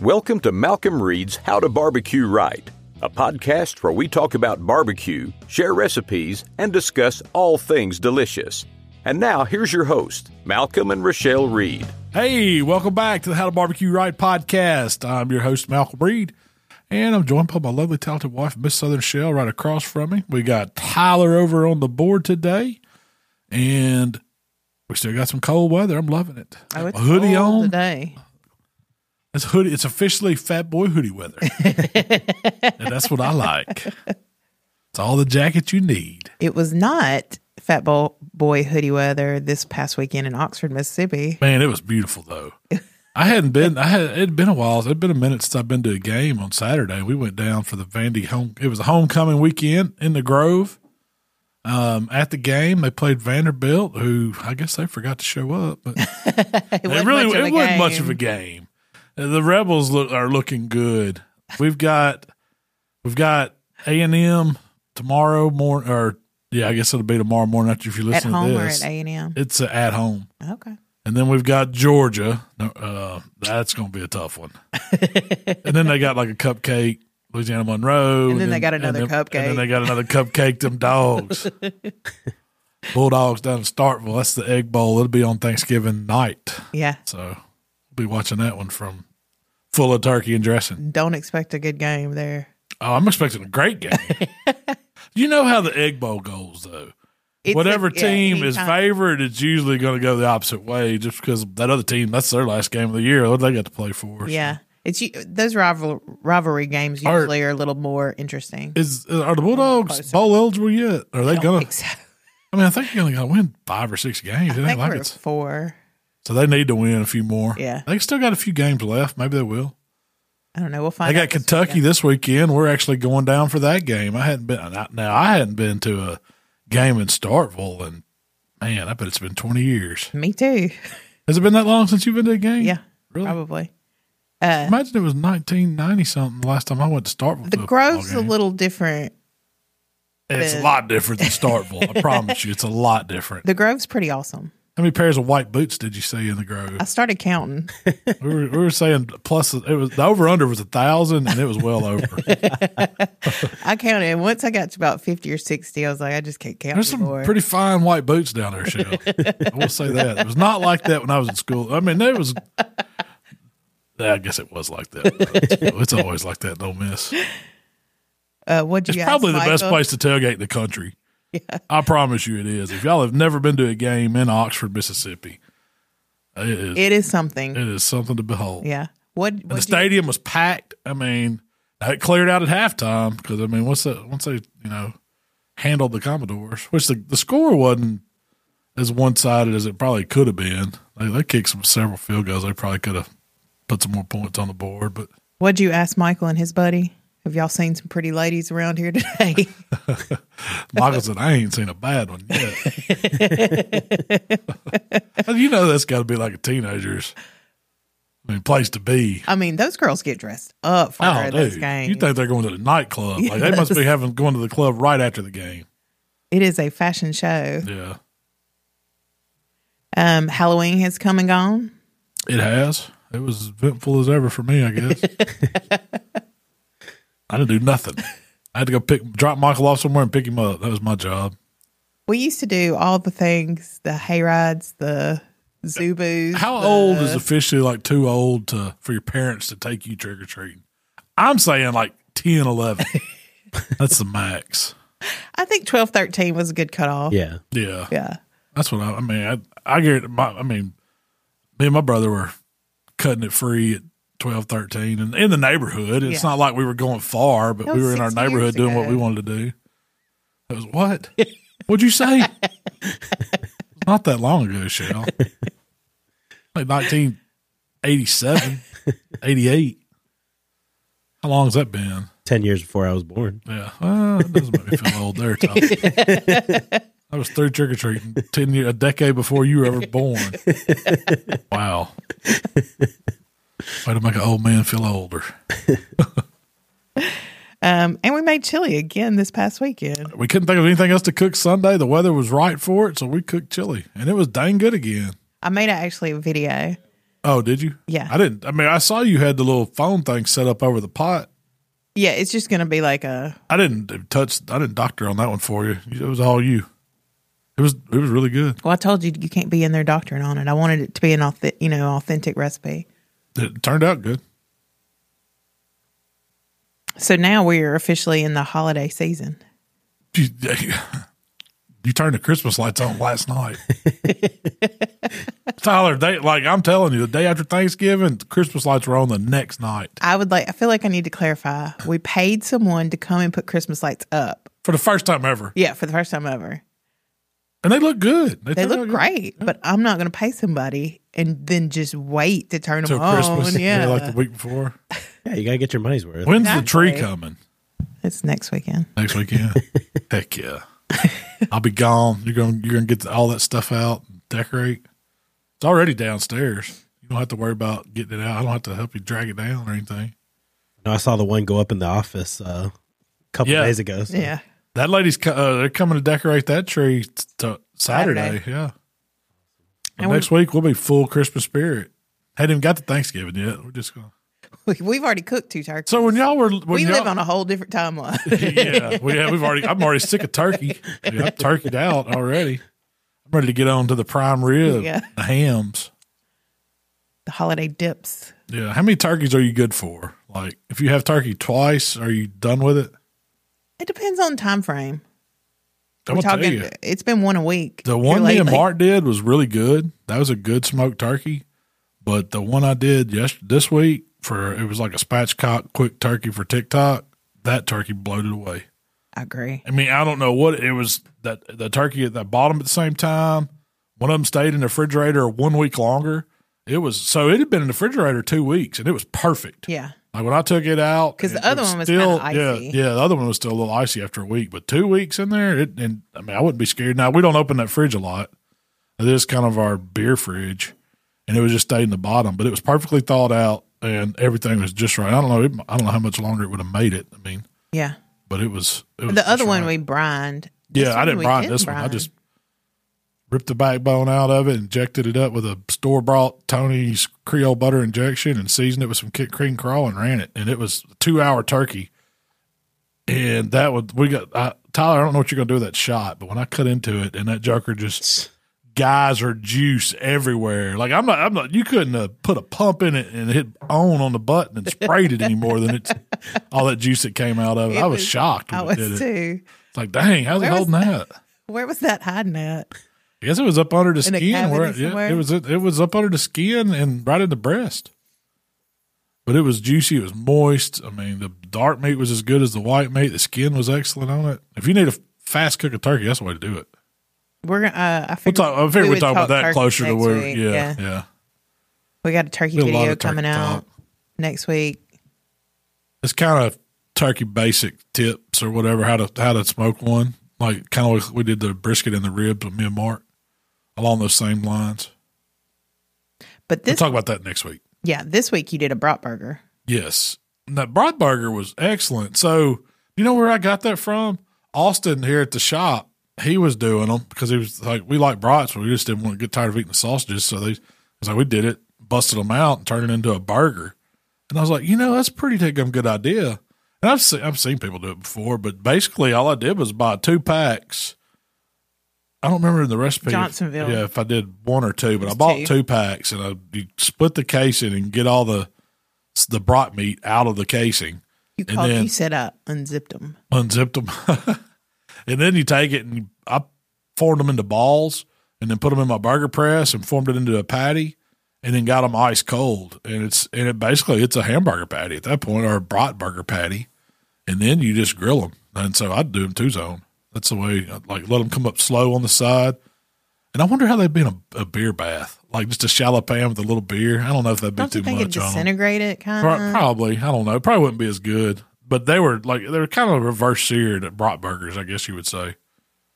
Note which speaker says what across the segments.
Speaker 1: Welcome to Malcolm Reed's How to Barbecue Right, a podcast where we talk about barbecue, share recipes, and discuss all things delicious. And now here's your host, Malcolm and Rochelle Reed.
Speaker 2: Hey, welcome back to the How to Barbecue Right podcast. I'm your host, Malcolm Reed, and I'm joined by my lovely, talented wife, Miss Southern Shell, right across from me. We got Tyler over on the board today, and we still got some cold weather. I'm loving it.
Speaker 3: Oh, it's
Speaker 2: A hoodie
Speaker 3: cold
Speaker 2: on.
Speaker 3: today.
Speaker 2: It's hoodie. It's officially Fat Boy hoodie weather, and that's what I like. It's all the jacket you need.
Speaker 3: It was not Fat Bo- Boy hoodie weather this past weekend in Oxford, Mississippi.
Speaker 2: Man, it was beautiful though. I hadn't been. I had. It'd been a while. It'd been a minute since I've been to a game on Saturday. We went down for the Vandy home. It was a homecoming weekend in the Grove. Um, at the game, they played Vanderbilt, who I guess they forgot to show up, but
Speaker 3: It,
Speaker 2: it
Speaker 3: wasn't
Speaker 2: really
Speaker 3: much of a
Speaker 2: it wasn't much of a
Speaker 3: game.
Speaker 2: game. Uh, The Rebels look are looking good. We've got we've got A and M tomorrow morning, or yeah, I guess it'll be tomorrow morning after if you
Speaker 3: at
Speaker 2: listen
Speaker 3: home
Speaker 2: to
Speaker 3: or
Speaker 2: this.
Speaker 3: at A and M.
Speaker 2: it's uh, at home.
Speaker 3: Okay,
Speaker 2: And then we've got Georgia. No, Uh, that's going to be a tough one. and then they got like a cupcake, Louisiana Monroe.
Speaker 3: And then they got another
Speaker 2: and then-
Speaker 3: cupcake.
Speaker 2: And then they got another cupcake, them dogs. Bulldogs down in Starkville. That's the Egg Bowl. It'll be on Thanksgiving night.
Speaker 3: yeah.
Speaker 2: So we'll be watching that one from full of turkey and dressing.
Speaker 3: Don't expect a good game there.
Speaker 2: Oh, I'm expecting a great game. you know how the Egg Bowl goes, though.
Speaker 3: It's a-
Speaker 2: Whatever
Speaker 3: yeah,
Speaker 2: team is
Speaker 3: anytime-
Speaker 2: favored, it's usually going to go the opposite way just because that other team, that's their last game of the year. What they got to play for.
Speaker 3: Yeah, it's u- those rival rivalry games
Speaker 2: Are-
Speaker 3: usually are a little more interesting.
Speaker 2: Is, are the Bulldogs bowl eligible yet? Are they going to?
Speaker 3: So,
Speaker 2: I mean, I think they only got to win five or six games. It ain't
Speaker 3: I
Speaker 2: like
Speaker 3: think we're at
Speaker 2: it's,
Speaker 3: four.
Speaker 2: so they need to win a few more.
Speaker 3: Yeah.
Speaker 2: They still got a few games left. Maybe they will.
Speaker 3: I don't know. We'll
Speaker 2: I
Speaker 3: find.
Speaker 2: got
Speaker 3: out this
Speaker 2: Kentucky
Speaker 3: weekend.
Speaker 2: this weekend. We're actually going down for that game. I hadn't been not- now. I hadn't been to a game in Startville, and man, I bet it's been twenty years.
Speaker 3: Me too.
Speaker 2: Has it been that long since you've been to a game?
Speaker 3: Yeah,
Speaker 2: really.
Speaker 3: probably.
Speaker 2: Imagine it was nineteen ninety something the last time I went to Startville.
Speaker 3: The
Speaker 2: to a
Speaker 3: Grove's a
Speaker 2: football game.
Speaker 3: little different.
Speaker 2: It's a lot different than Startville. I promise you, it's a lot different.
Speaker 3: The Grove's pretty awesome.
Speaker 2: How many pairs of white boots did you see in the Grove?
Speaker 3: I started counting.
Speaker 2: We were, we were saying plus it was the over under was a thousand, and it was well over.
Speaker 3: I counted. And once I got to about 50 or 60, I was like, I just can't count
Speaker 2: There's some
Speaker 3: anymore.
Speaker 2: pretty fine white boots down there, Shell. I will say that. It was not like that when I was in school. I mean, there was. I guess it was like that. when I was in school. It's always like that, don't miss.
Speaker 3: uh, what'd you
Speaker 2: It's
Speaker 3: ask,
Speaker 2: probably the best
Speaker 3: Michael?
Speaker 2: place to tailgate in the country. I promise you it is. If y'all have never been to a game in Oxford, Mississippi, it is,
Speaker 3: It is something.
Speaker 2: it is something to behold.
Speaker 3: yeah. What?
Speaker 2: And the
Speaker 3: what'd you-
Speaker 2: stadium was packed. I mean, it cleared out at halftime because I mean, once that once they you know handled the Commodores, which the, the score wasn't as one sided as it probably could have been. They, they kicked some several field goals. They probably could have put some more points on the board, but
Speaker 3: What'd you ask Michael and his buddy? Have y'all seen some pretty ladies around here today?
Speaker 2: Michael said, "I ain't seen a bad one yet." And you know that's got to be like a teenager's. I mean, place to be.
Speaker 3: I mean, those girls get dressed up for
Speaker 2: Oh,
Speaker 3: those
Speaker 2: dude,
Speaker 3: games.
Speaker 2: you think they're going to the nightclub? Like they must be having going to the club right after the game.
Speaker 3: it is a fashion show.
Speaker 2: Yeah.
Speaker 3: Um, Halloween has come and gone.
Speaker 2: It has. It was as eventful as ever for me, I guess. I didn't do nothing. I had to go pick, drop Michael off somewhere and pick him up. That was my job.
Speaker 3: We used to do all the things the hay rides, the zoo zoobos.
Speaker 2: How old is officially like too old to for your parents to take you trick or treating? I'm saying like 10, 11. That's the max.
Speaker 3: I think 12, 13 was a good cutoff.
Speaker 4: Yeah.
Speaker 2: Yeah,
Speaker 3: Yeah.
Speaker 2: that's what I, I mean. I, I get my, I mean, me and my brother were cutting it free at 12, 13 and in the neighborhood. It's
Speaker 3: Yeah.
Speaker 2: not like we were going far, but
Speaker 3: That
Speaker 2: we
Speaker 3: was
Speaker 2: were in our
Speaker 3: 60 years
Speaker 2: neighborhood doing what
Speaker 3: ago.
Speaker 2: we wanted to do. It was what? What'd you say? Not that long ago, Shell. Like 1987, 88. How long's that been?
Speaker 4: 10 years before I was born.
Speaker 2: Yeah. Well, it doesn't make me feel old there, Tom. I was through trick or treating 10 years, a decade before you were ever born. Wow. Way to make an old man feel older.
Speaker 3: Um, and we made chili again this past weekend.
Speaker 2: We couldn't think of anything else to cook Sunday. The weather was right for it, so we cooked chili, and it was dang good again.
Speaker 3: I made a, actually a video
Speaker 2: Oh, did you?
Speaker 3: Yeah.
Speaker 2: I didn't. I mean, I saw you had the little phone thing set up over the pot.
Speaker 3: Yeah, it's just gonna be like a
Speaker 2: I didn't touch. I didn't doctor on that one for you. It was all you. It was. It was really good.
Speaker 3: well, I told you you can't be in there doctoring on it. I wanted it to be an authentic, you know, authentic recipe.
Speaker 2: It turned out good.
Speaker 3: So now we're officially in the holiday season.
Speaker 2: You, you turned the Christmas lights on last night, Tyler. They like I'm telling you, the day after Thanksgiving, the Christmas lights were on the next night
Speaker 3: I would like I feel like I need to clarify. We paid someone to come and put Christmas lights up.
Speaker 2: for the first time ever,
Speaker 3: Yeah, for the first time ever.
Speaker 2: and they look good.
Speaker 3: They
Speaker 2: turned out
Speaker 3: look
Speaker 2: good.
Speaker 3: great, but I'm not going to pay somebody and then just wait to turn them
Speaker 2: till
Speaker 3: on.
Speaker 2: Christmas.
Speaker 3: Yeah,
Speaker 2: like the week before.
Speaker 4: Yeah, you gotta get your money's worth.
Speaker 2: When's the tree
Speaker 3: Exactly.
Speaker 2: coming?
Speaker 3: it's next weekend.
Speaker 2: next weekend. Heck yeah, I'll be gone. You're gonna you're gonna get all that stuff out, and decorate. It's already downstairs. You don't have to worry about getting it out. I don't have to help you drag it down or anything.
Speaker 4: No, I saw the one go up in the office uh, a couple
Speaker 2: Yeah.
Speaker 4: days ago. so-
Speaker 3: Yeah,
Speaker 2: That lady's co- uh, they're coming to decorate that tree t- t- Saturday.
Speaker 3: Saturday.
Speaker 2: Yeah,
Speaker 3: And we-
Speaker 2: next week we'll be full Christmas spirit. Hadn't even got to Thanksgiving yet. We're just going.
Speaker 3: we, we've already cooked two turkeys.
Speaker 2: So when y'all were when
Speaker 3: we
Speaker 2: y'all,
Speaker 3: live on a whole different timeline.
Speaker 2: yeah, we have. We've already. I'm already sick of turkey. Yeah, I'm turkeyed out already. I'm ready to get on to the prime rib,
Speaker 3: Yeah.
Speaker 2: the hams.
Speaker 3: the holiday dips.
Speaker 2: Yeah. How many turkeys are you good for? Like, if you have turkey twice, are you done with it?
Speaker 3: It depends on time frame.
Speaker 2: I'm gonna
Speaker 3: We're
Speaker 2: tell
Speaker 3: talking.
Speaker 2: you,
Speaker 3: It's been one a week.
Speaker 2: the
Speaker 3: here
Speaker 2: one me and
Speaker 3: lately.
Speaker 2: Mark did was really good. That was a good smoked turkey. But the one I did yes this week for it was like a spatchcock quick turkey for TikTok. That turkey bloated away.
Speaker 3: I agree.
Speaker 2: I mean, I don't know what it was that the turkey at the bottom at the same time. One of them stayed in the refrigerator one week longer. It was so it had been in the refrigerator two weeks and it was perfect.
Speaker 3: Yeah,
Speaker 2: Like when I took it out,
Speaker 3: 'Cause the
Speaker 2: it
Speaker 3: other one was
Speaker 2: still-
Speaker 3: kinda icy.
Speaker 2: Yeah, yeah, the other one was still a little icy after a week, but two weeks in there, it, and I mean, I wouldn't be scared. Now we don't open that fridge a lot. This is kind of our beer fridge, and it was just stayed in the bottom, but it was perfectly thawed out, and everything was just right. I don't know, it, I don't know how much longer it would have made it. I mean,
Speaker 3: yeah.
Speaker 2: but it was. It was
Speaker 3: The other
Speaker 2: just
Speaker 3: one
Speaker 2: right.
Speaker 3: we brined. This
Speaker 2: Oh, yeah, I
Speaker 3: one
Speaker 2: didn't
Speaker 3: we
Speaker 2: brine this one. I
Speaker 3: brine.
Speaker 2: just ripped the backbone out of it, injected it up with a store bought Tony's Creole butter injection, and seasoned it with some Kit Cream Crawl and ran it. And it was a two hour turkey. And that would we got I, Tyler. I don't know what you're gonna do with that shot, but when I cut into it and that joker just geyser juice everywhere. Like I'm not, I'm not. You couldn't uh, put a pump in it and hit on on the button and sprayed it any more than it's all that juice that came out of it.
Speaker 3: It
Speaker 2: I was,
Speaker 3: was-
Speaker 2: shocked. When
Speaker 3: I
Speaker 2: it
Speaker 3: was
Speaker 2: did it.
Speaker 3: too.
Speaker 2: It's like, dang, how's
Speaker 3: Where
Speaker 2: it
Speaker 3: was
Speaker 2: holding that?
Speaker 3: Where was that hiding at?
Speaker 2: I guess it was up under the
Speaker 3: In a
Speaker 2: skin.
Speaker 3: cavity
Speaker 2: Where, yeah,
Speaker 3: somewhere?
Speaker 2: it was it was up under the skin and right in the breast. But it was juicy. It was moist. I mean, the dark meat was as good as the white meat. The skin was excellent on it. If you need a fast cook a turkey, that's the way to do it.
Speaker 3: We're gonna. Uh, I
Speaker 2: We'll
Speaker 3: figured
Speaker 2: talk, I figure
Speaker 3: we
Speaker 2: we
Speaker 3: would
Speaker 2: talk about
Speaker 3: talk
Speaker 2: that
Speaker 3: turkey
Speaker 2: closer to
Speaker 3: next
Speaker 2: where.
Speaker 3: week,
Speaker 2: Yeah, yeah.
Speaker 3: yeah. we got a turkey
Speaker 2: We had a lot
Speaker 3: video
Speaker 2: of turkey
Speaker 3: coming out
Speaker 2: talk.
Speaker 3: next week.
Speaker 2: It's kind of turkey basic tips or whatever how to how to smoke one. Like kind of like we did the brisket and the ribs with me and Mark along those same lines.
Speaker 3: But this,
Speaker 2: we'll talk about that next week.
Speaker 3: yeah, this week you did a brat burger.
Speaker 2: Yes. And that Brod burger was excellent. So, you know where I got that from? Austin here at the shop, he was doing them because he was like, we like brats, but we just didn't want to get tired of eating the sausages. So they, was like, we did it, busted them out and turned it into a burger. And I was like, you know, that's a pretty damn good idea. And I've seen, I've seen people do it before, but basically all I did was buy two packs. I don't remember the recipe.
Speaker 3: Johnsonville.
Speaker 2: yeah, if I did one or two, but I
Speaker 3: It's
Speaker 2: bought
Speaker 3: two.
Speaker 2: two packs and I you split the casing and get all the the brat meat out of the casing,
Speaker 3: You
Speaker 2: And
Speaker 3: called.
Speaker 2: then-
Speaker 3: you set up, unzipped them.
Speaker 2: unzipped them, and then you take it and you- I formed them into balls, and then put them in my burger press and formed it into a patty, and then got them ice cold. And it's and it basically it's a hamburger patty at that point or a brat burger patty, and then you just grill them. And so I'd do them two zone. That's the way. I'd Like let them come up slow on the side. And I wonder how they'd be in a, a beer bath, like just a shallow pan with a little beer. I don't know if that'd be
Speaker 3: Don't
Speaker 2: too
Speaker 3: you think it
Speaker 2: much on them.
Speaker 3: disintegrated? Kind
Speaker 2: Pro-
Speaker 3: of.
Speaker 2: Probably. I don't know. Probably wouldn't be as good. But they were like they were kind of reverse seared at brat burgers, I guess you would say.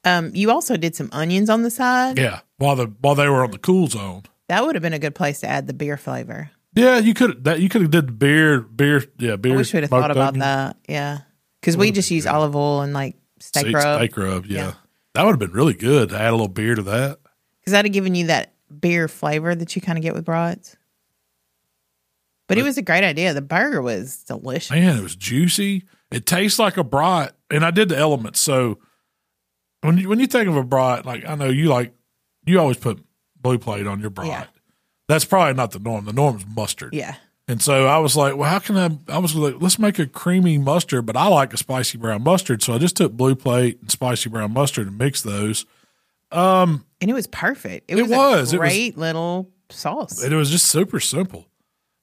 Speaker 3: Um, you also did some onions on the side.
Speaker 2: Yeah. While the while they were on the cool zone.
Speaker 3: That would have been a good place to add the beer flavor.
Speaker 2: Yeah, you could that you could have did beer beer yeah beer.
Speaker 3: I wish we'd have
Speaker 2: smoked
Speaker 3: thought about
Speaker 2: onion,
Speaker 3: that. Yeah, because we just use olive oil and like steak
Speaker 2: steak-
Speaker 3: rub.
Speaker 2: steak rub, yeah.
Speaker 3: Yeah.
Speaker 2: that would have been really good. to Add a little beer to that.
Speaker 3: Because that'd have given you that beer flavor that you kind of get with brats. But it was a great idea. The burger was delicious.
Speaker 2: Man, it was juicy. It tastes like a brat, and I did the elements. So when you, when you think of a brat, like I know you like, you always put blue plate on your brat.
Speaker 3: Yeah.
Speaker 2: That's probably not the norm. The norm is mustard.
Speaker 3: Yeah.
Speaker 2: And so I was like, well, how can I? I was like, let's make a creamy mustard, but I like a spicy brown mustard. So I just took blue plate and spicy brown mustard and mixed those.
Speaker 3: And it was perfect. It,
Speaker 2: It
Speaker 3: was,
Speaker 2: was.
Speaker 3: a
Speaker 2: It was-
Speaker 3: great little sauce.
Speaker 2: It was just super simple.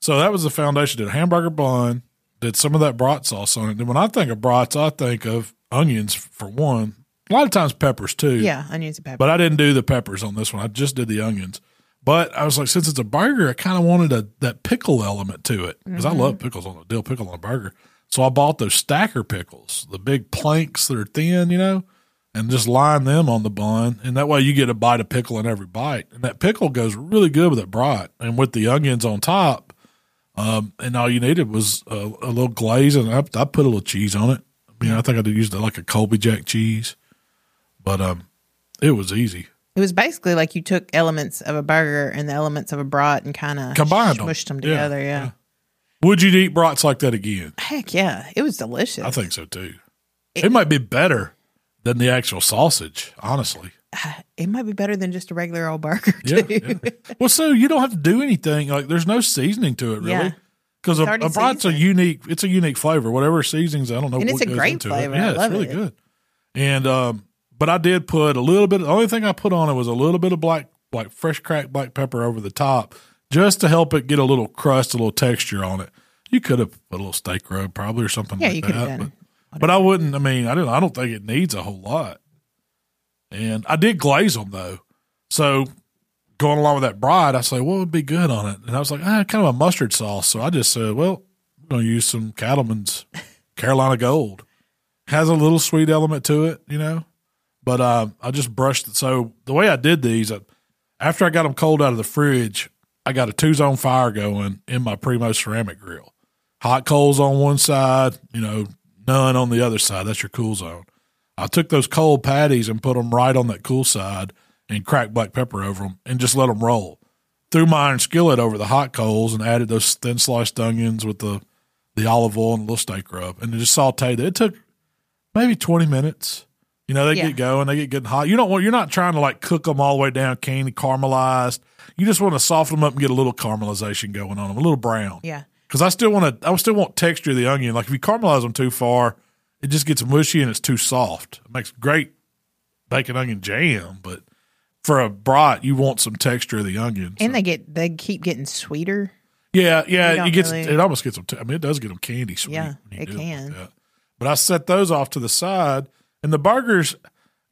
Speaker 2: So that was the foundation. Did a hamburger bun, did some of that brat sauce on it. And when I think of brats, I think of onions for one. A lot of times peppers too.
Speaker 3: yeah, onions and pepper.
Speaker 2: But I didn't do the peppers on this one. I just did the onions. But I was like, since it's a burger, I kind of wanted a, that pickle element to it because I love pickles on a dill pickle on a burger. So I bought those stacker pickles, the big planks that are thin, you know, and just line them on the bun. And that way you get a bite of pickle in every bite. And that pickle goes really good with the brat and with the onions on top. Um, and all you needed was a, a little glaze, and I, I put a little cheese on it. I mean, I think I did use the, like a Colby Jack cheese, but um, it was easy.
Speaker 3: it was basically like you took elements of a burger and the elements of a brat and kind of
Speaker 2: Combined 'em.
Speaker 3: smushed them,
Speaker 2: Yeah,
Speaker 3: together. Yeah.
Speaker 2: Would you eat brats like that again?
Speaker 3: Heck yeah. It was delicious.
Speaker 2: I think so too. It, might be better than the actual sausage, honestly.
Speaker 3: it might be better than just a regular old burger,
Speaker 2: Yeah.
Speaker 3: too.
Speaker 2: yeah. well, so you don't have to do anything. Like, there's no seasoning to it,
Speaker 3: Yeah.
Speaker 2: really. Because
Speaker 3: It's
Speaker 2: a,
Speaker 3: already
Speaker 2: a brat's a
Speaker 3: seasoned.
Speaker 2: unique, it's a unique flavor. Whatever seasonings, I don't know.
Speaker 3: And
Speaker 2: what
Speaker 3: it's a
Speaker 2: goes
Speaker 3: great
Speaker 2: into
Speaker 3: flavor.
Speaker 2: It. Yeah,
Speaker 3: I
Speaker 2: it's
Speaker 3: love
Speaker 2: really
Speaker 3: it.
Speaker 2: good. And um, but I did put a little bit. The only thing I put on it was a little bit of black, like fresh cracked black pepper over the top, just to help it get a little crust, a little texture on it. You could have put a little steak rub, probably, or something.
Speaker 3: Yeah,
Speaker 2: like
Speaker 3: you
Speaker 2: that,
Speaker 3: could have
Speaker 2: but-
Speaker 3: done.
Speaker 2: but I wouldn't. I mean, I don't. I don't think it needs a whole lot. And I did glaze them though. So going along with that bride, I say, what would be good on it? And I was like, ah, kind of a mustard sauce. So I just said, well, I'm going to use some Cattleman's Carolina Gold. Has a little sweet element to it, you know. But uh, I just brushed it. So the way I did these, I, after I got them cold out of the fridge, I got a two zone fire going in my Primo ceramic grill. Hot coals on one side, you know, none on the other side. That's your cool zone. I took those cold patties and put them right on that cool side and cracked black pepper over them and just let them roll. Threw my iron skillet over the hot coals and added those thin sliced onions with the, the olive oil and a little steak rub and just sauteed it. It took maybe 20 minutes. You know, they
Speaker 3: Yeah.
Speaker 2: get going, they get good and hot. You don't want, you're not trying to like cook them all the way down, candy caramelized. You just want to soften them up and get a little caramelization going on them, a little brown
Speaker 3: Yeah.
Speaker 2: because I still want to. I still want texture of the onion. Like if you caramelize them too far, it just gets mushy and it's too soft. It makes great bacon onion jam, but for a brat, you want some texture of the onion.
Speaker 3: And they get they keep getting sweeter.
Speaker 2: yeah,
Speaker 3: they
Speaker 2: yeah,
Speaker 3: don't
Speaker 2: it gets
Speaker 3: really-
Speaker 2: it almost gets them. T- I mean, it does get them candy sweet.
Speaker 3: Yeah,
Speaker 2: when you
Speaker 3: it
Speaker 2: do like
Speaker 3: can.
Speaker 2: that. But I set those off to the side, and the burgers.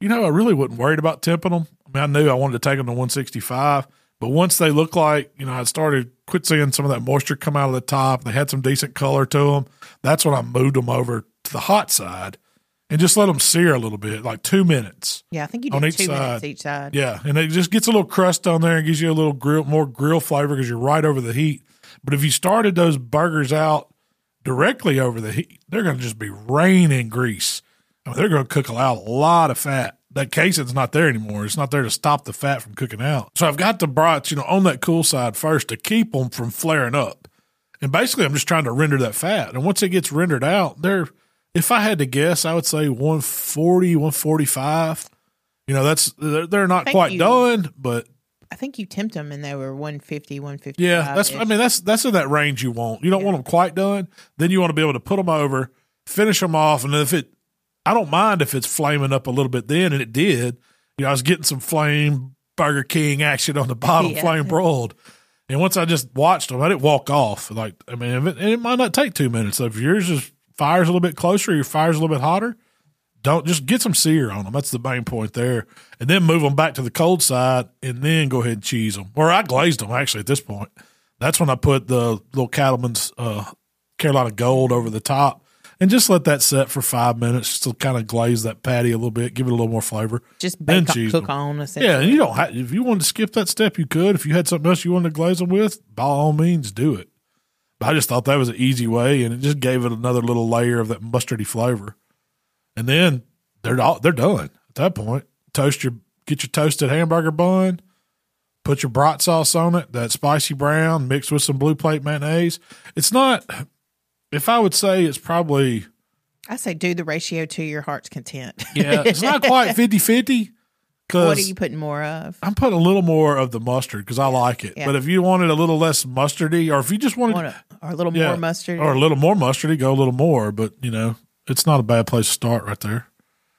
Speaker 2: You know, I really wasn't worried about tipping them. I mean, I knew I wanted to take them to 165, but once they looked like, you know, I started quit seeing some of that moisture come out of the top. They had some decent color to them. That's when I moved them over to the hot side and just let them sear a little bit, like two minutes.
Speaker 3: Yeah, I think you
Speaker 2: On
Speaker 3: did
Speaker 2: each
Speaker 3: two minutes
Speaker 2: side.
Speaker 3: each side.
Speaker 2: Yeah, and it just gets a little crust on there and gives you a little grill, more grill flavor because you're right over the heat. But if you started those burgers out directly over the heat, they're going to just be raining grease. I mean, they're going to cook out a lot of fat. That casein's not there anymore. It's not there to stop the fat from cooking out. So I've got the brats, you know, on that cool side first to keep them from flaring up. And basically, I'm just trying to render that fat. And once it gets rendered out, they're, if I had to guess, I would say 140, 145. You know, that's, they're, they're not
Speaker 3: Thank
Speaker 2: quite
Speaker 3: you.
Speaker 2: done, but
Speaker 3: I think you tempt them and they were 150, 150.
Speaker 2: yeah, that's. I mean, that's that's in that range you want. You don't want them quite done. Then you want to be able to put them over, finish them off, and if it, I don't mind if it's flaming up a little bit then, and it did. You know, I was getting some flame Burger King action on the bottom,
Speaker 3: Yeah.
Speaker 2: flame broiled. And once I just watched them, I didn't walk off. Like, I mean, if it, and it might not take two minutes. So if yours is fires a little bit closer, your fire's a little bit hotter, don't just get some sear on them. That's the main point there, and then move them back to the cold side, and then go ahead and cheese them. Or I glazed them actually at this point. That's when I put the little cattleman's uh, Carolina Gold over the top, and just let that set for five minutes, just to kind of glaze that patty a little bit, give it a little more flavor.
Speaker 3: just
Speaker 2: then
Speaker 3: bake on,
Speaker 2: cheese
Speaker 3: cook
Speaker 2: them.
Speaker 3: on. Essentially.
Speaker 2: Yeah, and you don't have, if you wanted to skip that step, you could. If you had something else you wanted to glaze them with, by all means, do it. But I just thought that was an easy way, and it just gave it another little layer of that mustardy flavor. And then they're all, they're done at that point. Toast your get your toasted hamburger bun, Put your brat sauce on it, that spicy brown mixed with some blue plate mayonnaise. It's not, if I would say it's probably,
Speaker 3: I say do the ratio to your heart's content.
Speaker 2: yeah, it's not quite 50 50
Speaker 3: what are you
Speaker 2: because
Speaker 3: putting more of?
Speaker 2: I'm putting a little more of the mustard because I like it.
Speaker 3: Yeah.
Speaker 2: But if you wanted a little less mustardy or if you just wanted
Speaker 3: Want a, or a little
Speaker 2: yeah,
Speaker 3: more mustard?
Speaker 2: or a little more mustardy, go a little more. But, you know, it's not a bad place to start right there.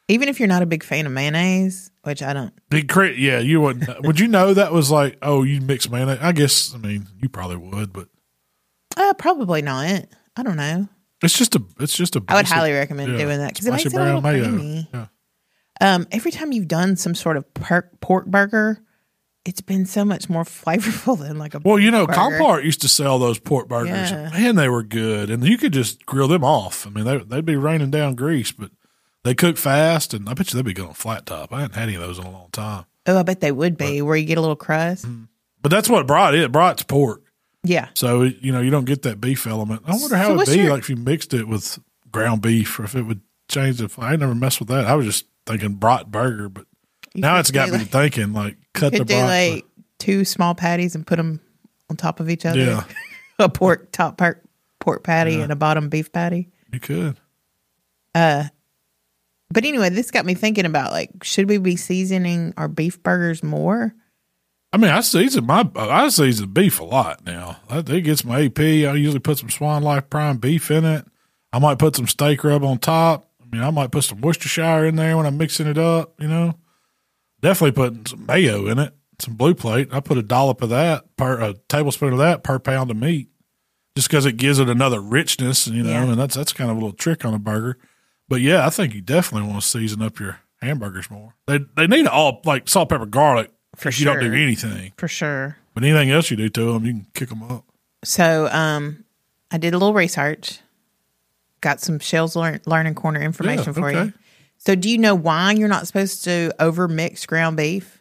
Speaker 3: Even if you're not a big fan of mayonnaise, which I don't.
Speaker 2: Big crit, yeah. You wouldn't. would you know that was like, oh, you mix mayonnaise? I guess. I mean, you probably would, but
Speaker 3: Uh, probably not. I don't know.
Speaker 2: it's just a, it's just a.
Speaker 3: I would
Speaker 2: basic-
Speaker 3: highly recommend
Speaker 2: yeah,
Speaker 3: doing that because it
Speaker 2: spicy
Speaker 3: makes it a little
Speaker 2: brown mayo.
Speaker 3: creamy.
Speaker 2: Yeah.
Speaker 3: Um, every time you've done some sort of perk, pork burger, it's been so much more flavorful than like a.
Speaker 2: Well, you know,
Speaker 3: burger.
Speaker 2: Compart used to sell those pork burgers.
Speaker 3: Yeah.
Speaker 2: Man, they were good, and you could just grill them off. I mean, they, they'd be raining down grease, but they cook fast, and I bet you they'd be good on flat top. I hadn't had any of those in a long time,
Speaker 3: Oh, I bet they would be where you get a little crust.
Speaker 2: but that's what brought it. Brought's pork,
Speaker 3: Yeah.
Speaker 2: so it, you know you don't get that beef element. I wonder
Speaker 3: So
Speaker 2: how it'd
Speaker 3: what's
Speaker 2: be
Speaker 3: your-
Speaker 2: like if you mixed it with ground beef, or if it would change the. I never messed with that. I was just thinking brat burger, but
Speaker 3: You
Speaker 2: now
Speaker 3: could
Speaker 2: it's got
Speaker 3: do
Speaker 2: me
Speaker 3: like-
Speaker 2: thinking like cut the
Speaker 3: Could do
Speaker 2: brat.
Speaker 3: like two small patties and put them on top of each other.
Speaker 2: Yeah.
Speaker 3: a pork top part pork patty and a bottom beef patty.
Speaker 2: you could.
Speaker 3: But anyway, this got me thinking about like, should we be seasoning our beef burgers more?
Speaker 2: I mean, I season my I season beef a lot now. I think it's my AP. I usually put some Swan Life Prime beef in it. I might put some steak rub on top. I mean, I might put some Worcestershire in there when I'm mixing it up. You know, definitely putting some mayo in it, some blue plate. I put a dollop of that per a tablespoon of that per pound of meat, just because it gives it another richness. You know,
Speaker 3: Yeah.
Speaker 2: and that's that's kind of a little trick on a burger. But yeah, I think you definitely want to season up your hamburgers more. They they need all like salt, pepper, garlic.
Speaker 3: For
Speaker 2: if you don't do
Speaker 3: sure.
Speaker 2: anything.
Speaker 3: For sure.
Speaker 2: But anything else you do to them, you can kick them up.
Speaker 3: So um I did a little research. Got some Shell's learn, Learning Corner information
Speaker 2: Yeah,
Speaker 3: for
Speaker 2: okay.
Speaker 3: you. So do you know why you're not supposed to overmix ground beef?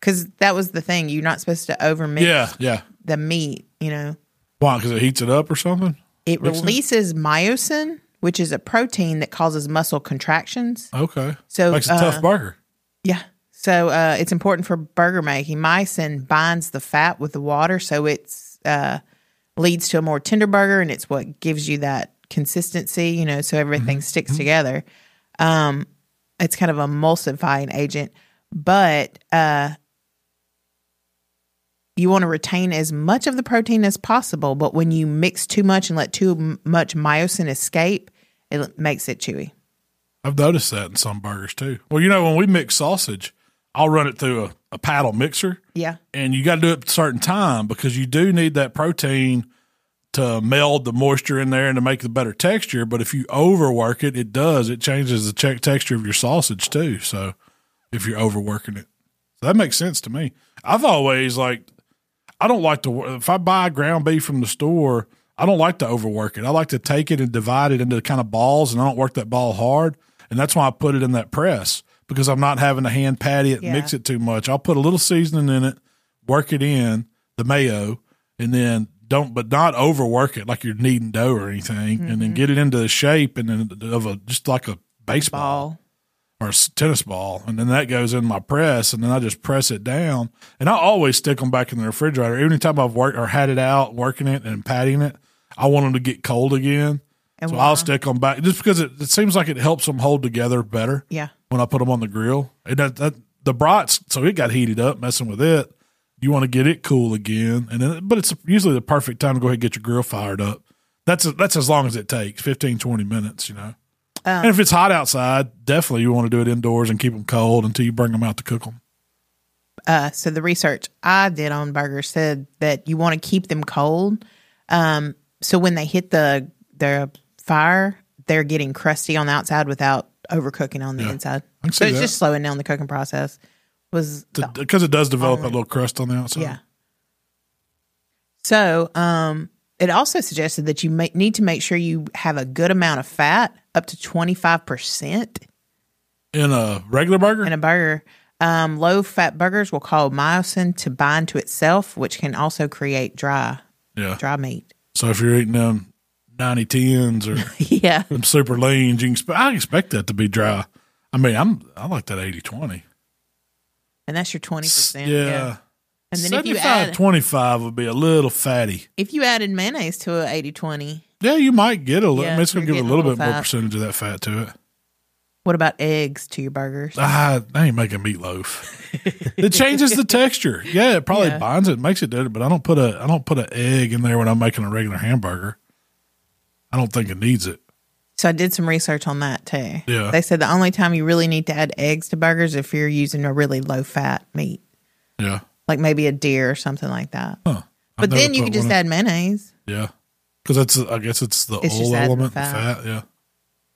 Speaker 3: Cuz that was the thing. You're not supposed to overmix
Speaker 2: Yeah, yeah.
Speaker 3: the meat, you know.
Speaker 2: Why? Because it heats it up or something.
Speaker 3: It
Speaker 2: Makes sense.
Speaker 3: releases myosin, which is a protein that causes muscle contractions.
Speaker 2: Okay.
Speaker 3: So,
Speaker 2: makes a tough
Speaker 3: uh,
Speaker 2: burger.
Speaker 3: Yeah. So uh, it's important for burger making. Myosin binds the fat with the water, so it's uh, leads to a more tender burger, and it's what gives you that consistency. You know, so everything sticks together. Um, it's kind of a emulsifying agent, but uh, you want to retain as much of the protein as possible. But when you mix too much and let too m- much myosin escape, it makes it chewy.
Speaker 2: I've noticed that in some burgers too. Well, you know, when we mix sausage, I'll run it through a, a paddle mixer,
Speaker 3: Yeah.
Speaker 2: and you got to do it at a certain time because you do need that protein to meld the moisture in there and to make the better texture. But if you overwork it, it does. It changes the check texture of your sausage too. So if you're overworking it, so that makes sense to me. I've always like I don't like to wor- if I buy ground beef from the store, I don't like to overwork it. I like to take it and divide it into kind of balls, and I don't work that ball hard, and that's why I put it in that press because I'm not having to hand patty it, and mix
Speaker 3: Yeah.
Speaker 2: it too much. I'll put a little seasoning in it, work it in the mayo, and then don't but not overwork it like you're kneading dough or anything, and
Speaker 3: Mm-hmm.
Speaker 2: then get it into the shape and then of a just like a baseball
Speaker 3: Ball.
Speaker 2: or a s- tennis ball, and then that goes in my press, and then I just press it down. And I always stick them back in the refrigerator. Every time I've worked or had it out, working it and patting it, I want them to get cold again.
Speaker 3: And
Speaker 2: so
Speaker 3: why?
Speaker 2: I'll stick them back just because it, it seems like it helps them hold together better
Speaker 3: Yeah.
Speaker 2: when I put them on the grill. And that, that, the brats, so it got heated up messing with it. You want to get it cool again, and then, but it's usually the perfect time to go ahead and get your grill fired up. That's that's as long as it takes 15, 20 minutes, you know.
Speaker 3: Oh.
Speaker 2: and if it's hot outside, definitely you want to do it indoors and keep them cold until you bring them out to cook them.
Speaker 3: Uh, so the research I did on burgers said that you want to keep them cold. Um, so when they hit the the fire, they're getting crusty on the outside without overcooking on the inside.
Speaker 2: I can
Speaker 3: So
Speaker 2: see
Speaker 3: it's
Speaker 2: that.
Speaker 3: just slowing down the cooking process. Was the,
Speaker 2: Because it does develop a little crust on the outside.
Speaker 3: Oh. yeah. So um, it also suggested that you may, need to make sure you have a good amount of fat, up to twenty five percent
Speaker 2: In a regular burger?
Speaker 3: in a burger. Um, low fat burgers will cause myosin to bind to itself, which can also create dry
Speaker 2: yeah.
Speaker 3: dry meat.
Speaker 2: So if you're eating them 90 tens or
Speaker 3: Yeah.
Speaker 2: them super leans, you can, sp- I expect that to be dry. I mean, I'm I like that 80 20.
Speaker 3: And that's your 20%.
Speaker 2: Yeah.
Speaker 3: Yeah. And then if you
Speaker 2: 75
Speaker 3: add
Speaker 2: 25 would be a little fatty.
Speaker 3: if you added mayonnaise to a 80-20,
Speaker 2: Yeah, you might get a little. I mean,
Speaker 3: Yeah,
Speaker 2: it's going to
Speaker 3: you're
Speaker 2: give a
Speaker 3: getting
Speaker 2: little
Speaker 3: a
Speaker 2: bit
Speaker 3: little
Speaker 2: more
Speaker 3: fat.
Speaker 2: percentage of that fat to it.
Speaker 3: what about eggs to your burgers?
Speaker 2: Ah, I ain't making meatloaf. it changes the texture. Yeah, it probably
Speaker 3: Yeah.
Speaker 2: binds it, makes it better. But I don't put a I don't put an egg in there when I'm making a regular hamburger. I don't think it needs it.
Speaker 3: So I did some research on that too.
Speaker 2: Yeah.
Speaker 3: They said the only time you really need to add eggs to burgers if you're using a really low fat meat,
Speaker 2: Yeah,
Speaker 3: like maybe a deer or something like that.
Speaker 2: huh?
Speaker 3: But then you can just add mayonnaise.
Speaker 2: yeah, because that's I guess it's the
Speaker 3: It's just
Speaker 2: oil
Speaker 3: adding
Speaker 2: element, the
Speaker 3: fat.
Speaker 2: fat. Yeah,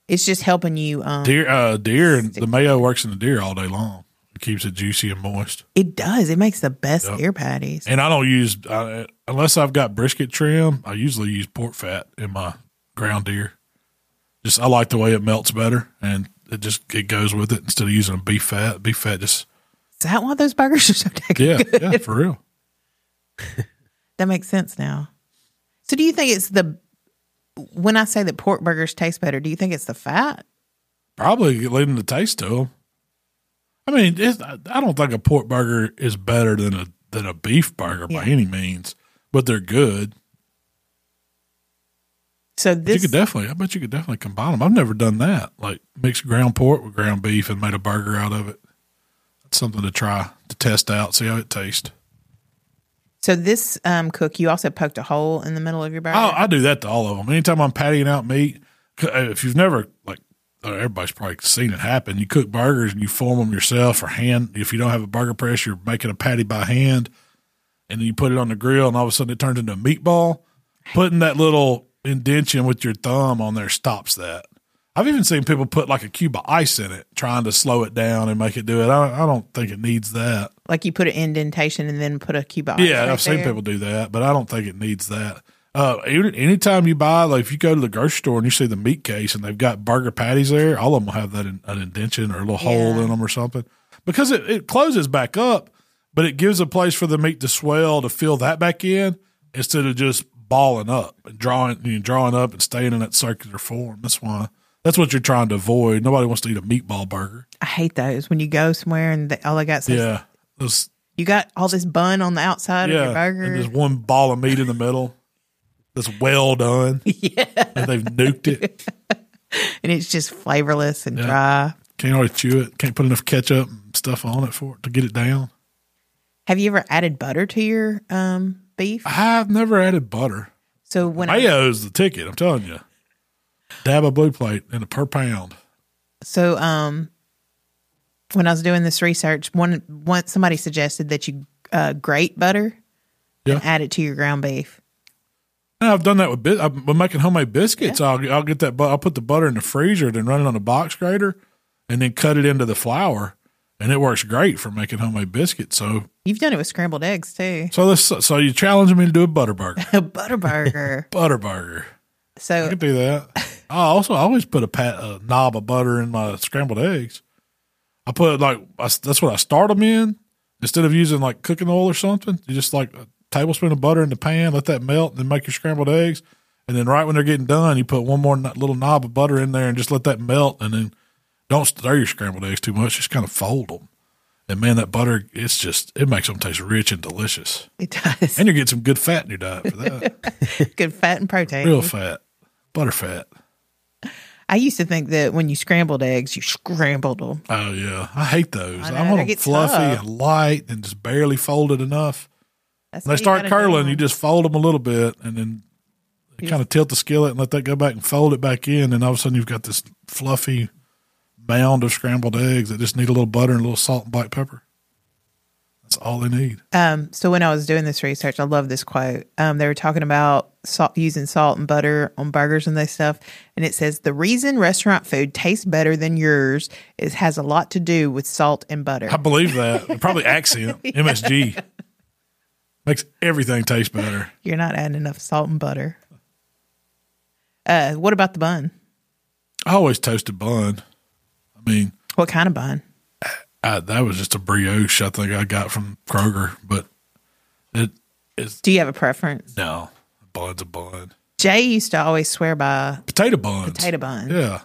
Speaker 3: It's just helping you. Um,
Speaker 2: deer, uh, deer, and the mayo works in the deer all day long. It keeps it juicy and moist.
Speaker 3: It does. It makes the best
Speaker 2: Yep.
Speaker 3: deer patties.
Speaker 2: And I don't use I, unless I've got brisket trim. I usually use pork fat in my ground deer. Just I like the way it melts better, and it just it goes with it instead of using a beef fat. Beef fat just
Speaker 3: Is that why those burgers are so dang
Speaker 2: yeah
Speaker 3: good?
Speaker 2: yeah for real.
Speaker 3: That makes sense now. So, do you think it's the when I say that pork burgers taste better? Do you think it's the fat?
Speaker 2: Probably leading the taste to them. I mean, it's, I I don't think a pork burger is better than a than a beef burger by
Speaker 3: Yeah.
Speaker 2: any means, but they're good.
Speaker 3: So
Speaker 2: you
Speaker 3: this
Speaker 2: could definitely, I bet you could definitely combine them. I've never done that, like mixed ground pork with ground beef and made a burger out of it. That's something to try to test out, see how it tastes.
Speaker 3: so this um, cook you also poked a hole in the middle of your burger.
Speaker 2: Oh, I, I do that to all of them. Anytime I'm pattying out meat, c- if you've never like uh, everybody's probably seen it happen. You cook burgers and you form them yourself or hand. If you don't have a burger press, you're making a patty by hand, and then you put it on the grill, and all of a sudden it turns into a meatball. Putting that little indention with your thumb on there stops that. I've even seen people put like a cube of ice in it, trying to slow it down and make it do it. I, I don't think it needs that.
Speaker 3: like you put an indentation and then put a cube of ice.
Speaker 2: Yeah,
Speaker 3: right
Speaker 2: I've seen
Speaker 3: there.
Speaker 2: people do that, but I don't think it needs that. Uh, any- anytime you buy, like if you go to the grocery store and you see the meat case and they've got burger patties there, all of them will have that in, an indention or a little hole
Speaker 3: Yeah.
Speaker 2: in them or something because it, it closes back up, but it gives a place for the meat to swell to fill that back in instead of just balling up and drawing you know, drawing up and staying in that circular form. That's why that's what you're trying to avoid. Nobody wants to eat a meatball burger.
Speaker 3: I hate those when you go somewhere and they, all I got says
Speaker 2: Yeah, those
Speaker 3: you got all this bun on the outside of your burger.
Speaker 2: And there's one ball of meat in the middle that's well done. Yeah. And they've nuked it.
Speaker 3: and it's just flavorless and
Speaker 2: Yeah.
Speaker 3: dry.
Speaker 2: Can't hardly chew it. Can't put enough ketchup and stuff on it for it to get it down.
Speaker 3: Have you ever added butter to your um, beef?
Speaker 2: I've never added butter.
Speaker 3: So when I,
Speaker 2: Mayo's the ticket, I'm telling you. Dab a blue plate and a per pound.
Speaker 3: so um, when I was doing this research, one one somebody suggested that you uh, grate butter
Speaker 2: Yeah.
Speaker 3: and add it to your ground beef.
Speaker 2: Now, I've done that with bi- I'm I'm making homemade biscuits. I'll I'll get that. Bu- I'll put the butter in the freezer, then run it on a box grater, and then cut it into the flour, and it works great for making homemade biscuits. So,
Speaker 3: You've done it with scrambled eggs too.
Speaker 2: so this so you challenging me to do a butter burger?
Speaker 3: A butter burger.
Speaker 2: butter burger. I
Speaker 3: so
Speaker 2: could do that. I also I always put a, pat, a knob of butter in my scrambled eggs. I put like I, that's what I start them in instead of using like cooking oil or something. You just like a tablespoon of butter in the pan, let that melt, and then make your scrambled eggs. And then right when they're getting done, you put one more kn- little knob of butter in there and just let that melt. And then don't stir your scrambled eggs too much. Just kind of fold them. And man, that butter it's just it makes them taste rich and delicious.
Speaker 3: it does
Speaker 2: And you get some good fat in your diet for that.
Speaker 3: good fat and protein.
Speaker 2: Real fat, butter fat.
Speaker 3: I used to think that when you scrambled eggs, you scrambled them.
Speaker 2: Oh yeah, I hate those.
Speaker 3: I
Speaker 2: I,
Speaker 3: know, they
Speaker 2: want them
Speaker 3: get
Speaker 2: fluffy
Speaker 3: tough.
Speaker 2: and light and just barely folded enough.
Speaker 3: That's
Speaker 2: When
Speaker 3: what
Speaker 2: they
Speaker 3: you
Speaker 2: start
Speaker 3: gotta do
Speaker 2: curling, you
Speaker 3: on-
Speaker 2: just fold them a little bit and then you kind of tilt the skillet and let that go back and fold it back in. And all of a sudden, you've got this fluffy mound of scrambled eggs that just need a little butter and a little salt and black pepper. That's all they need.
Speaker 3: Um, so when I was doing this research, I love this quote. Um, they were talking about salt, using salt and butter on burgers and this stuff, and it says the reason restaurant food tastes better than yours is has a lot to do with salt and butter.
Speaker 2: I believe that. Probably accent MSG makes everything taste better.
Speaker 3: You're not adding enough salt and butter. Uh, what about the bun?
Speaker 2: I always toast a bun. I mean.
Speaker 3: What kind of bun?
Speaker 2: I, that was just a brioche I think I got from Kroger, but it is
Speaker 3: Do you have a preference?
Speaker 2: no a bun's a bun,
Speaker 3: Jay used to always swear by
Speaker 2: potato buns,
Speaker 3: potato bun.
Speaker 2: Yeah,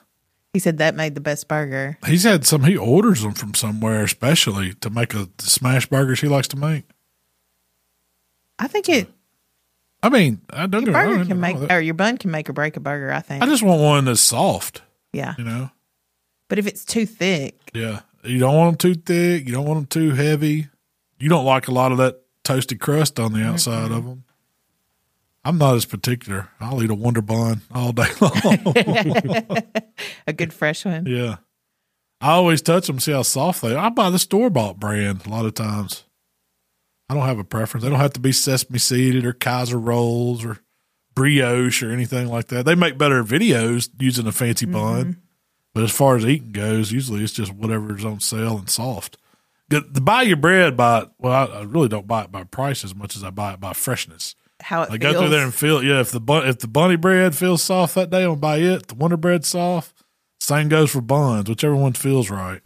Speaker 3: He said that made the best burger.
Speaker 2: he's had some. He orders them from somewhere, especially to make a the smash burgers he likes to make.
Speaker 3: I think it
Speaker 2: I mean, I don't
Speaker 3: your
Speaker 2: get me wrong,
Speaker 3: burger
Speaker 2: I
Speaker 3: can
Speaker 2: don't
Speaker 3: make
Speaker 2: know.
Speaker 3: or your bun can make or break a burger. I think.
Speaker 2: I just want one that's soft,
Speaker 3: yeah,
Speaker 2: you know?
Speaker 3: but if it's too thick,
Speaker 2: Yeah. You don't want them too thick. You don't want them too heavy. You don't like a lot of that toasted crust on the outside of them. I'm not as particular. I'll eat a Wonder Bun all day long.
Speaker 3: a good fresh one.
Speaker 2: yeah. I always touch them, see how soft they are. I buy the store bought brand a lot of times. I don't have a preference. They don't have to be sesame seeded or Kaiser rolls or brioche or anything like that. They make better videos using a fancy bun. But as far as eating goes, usually it's just whatever's on sale and soft. The, the buy your bread by, well, I, I really don't buy it by price as much as I buy it by freshness.
Speaker 3: How it
Speaker 2: I
Speaker 3: feels.
Speaker 2: go through there and feel yeah. If the bun, if the bunny bread feels soft that day, I'll buy it. The winter bread soft. Same goes for buns, whichever one feels right.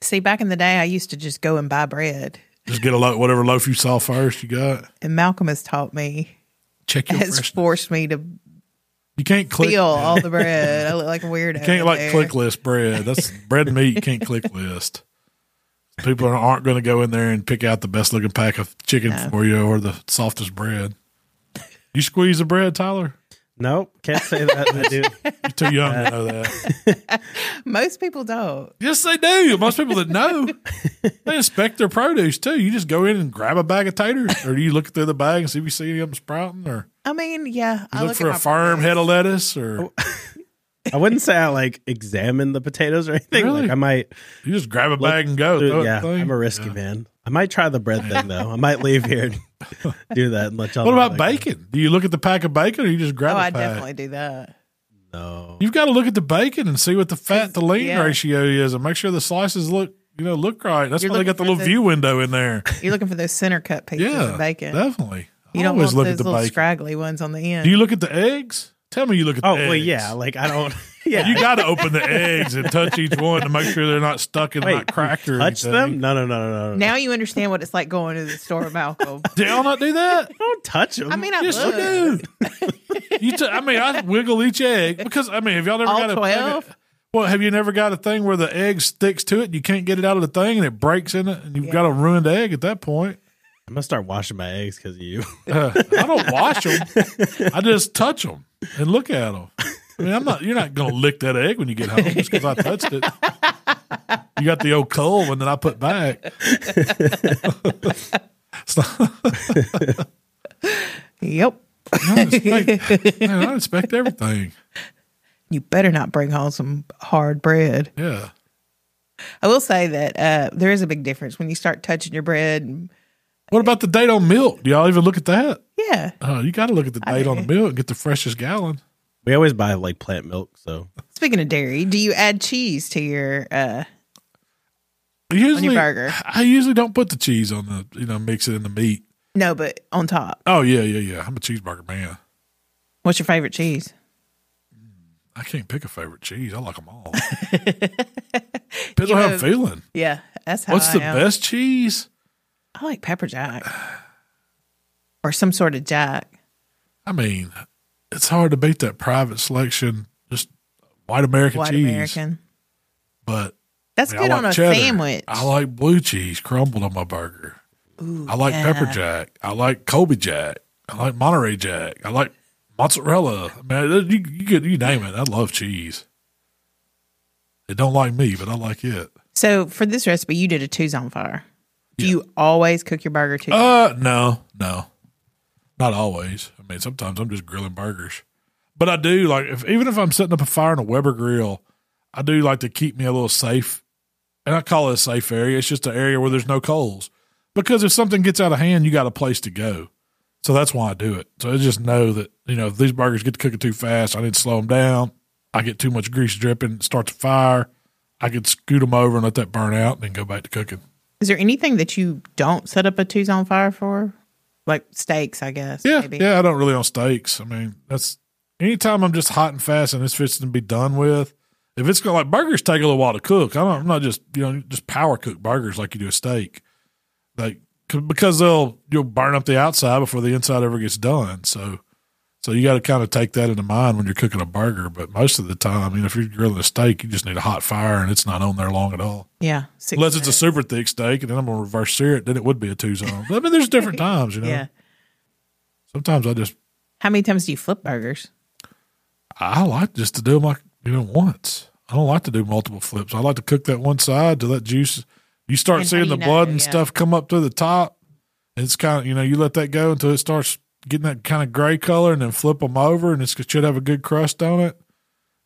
Speaker 3: See, back in the day, I used to just go and buy bread,
Speaker 2: Just get a loaf, whatever loaf you saw first. You got
Speaker 3: and Malcolm has taught me
Speaker 2: check your
Speaker 3: has
Speaker 2: freshness.
Speaker 3: forced me to
Speaker 2: You can't click.
Speaker 3: peel
Speaker 2: You
Speaker 3: all the bread. I look like a weirdo.
Speaker 2: can't like
Speaker 3: there.
Speaker 2: click list bread. That's bread and meat. You can't click list. People aren't going to go in there and pick out the best looking pack of chicken for you or the softest bread. You squeeze the bread, Tyler.
Speaker 4: Nope, can't say that. I do.
Speaker 2: You're too young to know that.
Speaker 3: Most people don't.
Speaker 2: Yes, they do. Most people that know, they inspect their produce too. You just go in and grab a bag of taters, or do you look through the bag and see if you see any of them sprouting, or
Speaker 3: I mean, yeah,
Speaker 2: you
Speaker 3: I
Speaker 2: look,
Speaker 3: look
Speaker 2: for
Speaker 3: at
Speaker 2: a
Speaker 3: my Oh.
Speaker 2: firm head of lettuce, or
Speaker 4: I wouldn't say I like examine the potatoes or anything.
Speaker 2: Really? Oh,
Speaker 4: Like I might.
Speaker 2: you just grab a bag and go. throw it in
Speaker 4: yeah,
Speaker 2: the thing.
Speaker 4: I'm a risky man. I might try the bread thing though. I might leave here and do that and let y'all.
Speaker 2: What
Speaker 4: know
Speaker 2: about
Speaker 4: how that
Speaker 2: bacon? Do you look at the pack of bacon, or you just grab
Speaker 3: Oh,
Speaker 2: a
Speaker 3: I
Speaker 2: pack?
Speaker 3: definitely do that.
Speaker 4: goes. No.
Speaker 2: You've got to look at the bacon and see what the fat to lean
Speaker 3: yeah.
Speaker 2: ratio is, and make sure the slices look you know look right. That's
Speaker 3: You're
Speaker 2: why they
Speaker 3: looking
Speaker 2: got the
Speaker 3: for
Speaker 2: little
Speaker 3: the-
Speaker 2: view window in there.
Speaker 3: You're looking for those center cut pieces
Speaker 2: yeah,
Speaker 3: of bacon.
Speaker 2: definitely.
Speaker 3: you
Speaker 2: I
Speaker 3: don't
Speaker 2: always
Speaker 3: want
Speaker 2: look
Speaker 3: those
Speaker 2: at the
Speaker 3: little
Speaker 2: bacon.
Speaker 3: scraggly ones on the end.
Speaker 2: do you look at the eggs? Tell me you look at.
Speaker 4: Oh
Speaker 2: the
Speaker 4: well,
Speaker 2: eggs.
Speaker 4: yeah. Like I don't. Yeah,
Speaker 2: You got to open the eggs and touch each one to make sure they're not stuck and
Speaker 4: Wait,
Speaker 2: not cracked or
Speaker 4: touch
Speaker 2: anything.
Speaker 4: them? No, no, no, no, no, no.
Speaker 3: now you understand what it's like going to the store, Malcolm.
Speaker 2: Did y'all not do that?
Speaker 4: don't touch them.
Speaker 3: I mean, I
Speaker 2: Yes,
Speaker 3: would.
Speaker 2: you do. You t- I mean, I wiggle each egg because I mean, have y'all never
Speaker 3: All
Speaker 2: got a
Speaker 3: 12?
Speaker 2: well, have you never got a thing where the egg sticks to it and you can't get it out of the thing and it breaks in it and you've got a ruined egg at that point?
Speaker 4: I'm gonna start washing my eggs because of you.
Speaker 2: Uh, I don't wash them. I just touch them and look at them. I mean, I'm not. You're not gonna lick that egg when you get home just because I touched it. You got the old cold one that I put back. It's not-
Speaker 3: Yep.
Speaker 2: I don't expect, man, I don't expect everything.
Speaker 3: You better not bring home some hard bread.
Speaker 2: Yeah,
Speaker 3: I will say that uh, there is a big difference when you start touching your bread. and-
Speaker 2: What about the date on milk? Do y'all even look at that?
Speaker 3: Yeah.
Speaker 2: Oh, you got to look at the date on the milk and get the freshest gallon.
Speaker 4: we always buy like plant milk, so
Speaker 3: Speaking of dairy, do you add cheese to your? Uh,
Speaker 2: Usually,
Speaker 3: burger.
Speaker 2: I usually don't put the cheese on the you know mix it in the meat.
Speaker 3: no, but on top.
Speaker 2: Oh yeah, yeah, yeah. I'm a cheeseburger man.
Speaker 3: What's your favorite cheese?
Speaker 2: I can't pick a favorite cheese. I like them all. Depends on how I'm feeling.
Speaker 3: Yeah, that's how.
Speaker 2: What's
Speaker 3: I
Speaker 2: the
Speaker 3: am.
Speaker 2: best cheese?
Speaker 3: I like pepper jack or some sort of jack.
Speaker 2: I mean, it's hard to beat that private selection, just white American
Speaker 3: White
Speaker 2: cheese.
Speaker 3: American.
Speaker 2: But
Speaker 3: That's
Speaker 2: I mean,
Speaker 3: good
Speaker 2: I
Speaker 3: on
Speaker 2: like
Speaker 3: a
Speaker 2: cheddar.
Speaker 3: sandwich.
Speaker 2: I like blue cheese crumbled on my burger. I like pepper jack. I like Kobe jack. I like Monterey jack. I like mozzarella. I mean, you, you could you name it. I love cheese. It don't like me, but I like it.
Speaker 3: so for this recipe, you did a two's on fire. Do you always cook your burger too?
Speaker 2: Uh, no, no, not always. I mean, sometimes I'm just grilling burgers, but I do like if even if I'm setting up a fire in a Weber grill, I do like to keep me a little safe, and I call it a safe area. It's just an area where there's no coals because if something gets out of hand, you got a place to go. So that's why I do it. So I just know that you know if these burgers get to cooking too fast, I need to slow them down. I get too much grease dripping, it starts a fire. I could scoot them over and let that burn out, and then go back to cooking.
Speaker 3: Is there anything that you don't set up a two's on fire for? Like steaks, I guess.
Speaker 2: Yeah,
Speaker 3: maybe.
Speaker 2: yeah. I don't really on steaks. I mean, that's anytime I'm just hot and fast and this fits to be done with. If it's gonna like burgers take a little while to cook, I don't, I'm not just you know just power cook burgers like you do a steak, like c- because they'll you'll burn up the outside before the inside ever gets done. So, so you got to kind of take that into mind when you're cooking a burger. But most of the time, you know, if you're grilling a steak, you just need a hot fire and it's not on there long at all.
Speaker 3: Yeah. six
Speaker 2: Unless it's a
Speaker 3: minutes.
Speaker 2: super thick steak, and then I'm gonna reverse sear it, then it would be a two zone. I mean, there's different times, you know.
Speaker 3: Yeah.
Speaker 2: Sometimes I just
Speaker 3: How many times do you flip burgers?
Speaker 2: I like just to do them like you know once. I don't like to do multiple flips. I like to cook that one side to let juice. You start
Speaker 3: Until
Speaker 2: seeing
Speaker 3: you
Speaker 2: the
Speaker 3: know,
Speaker 2: blood and
Speaker 3: yeah.
Speaker 2: stuff come up to the top. It's kind of you know you let that go until it starts getting that kind of gray color, and then flip them over, and it's, it should have a good crust on it,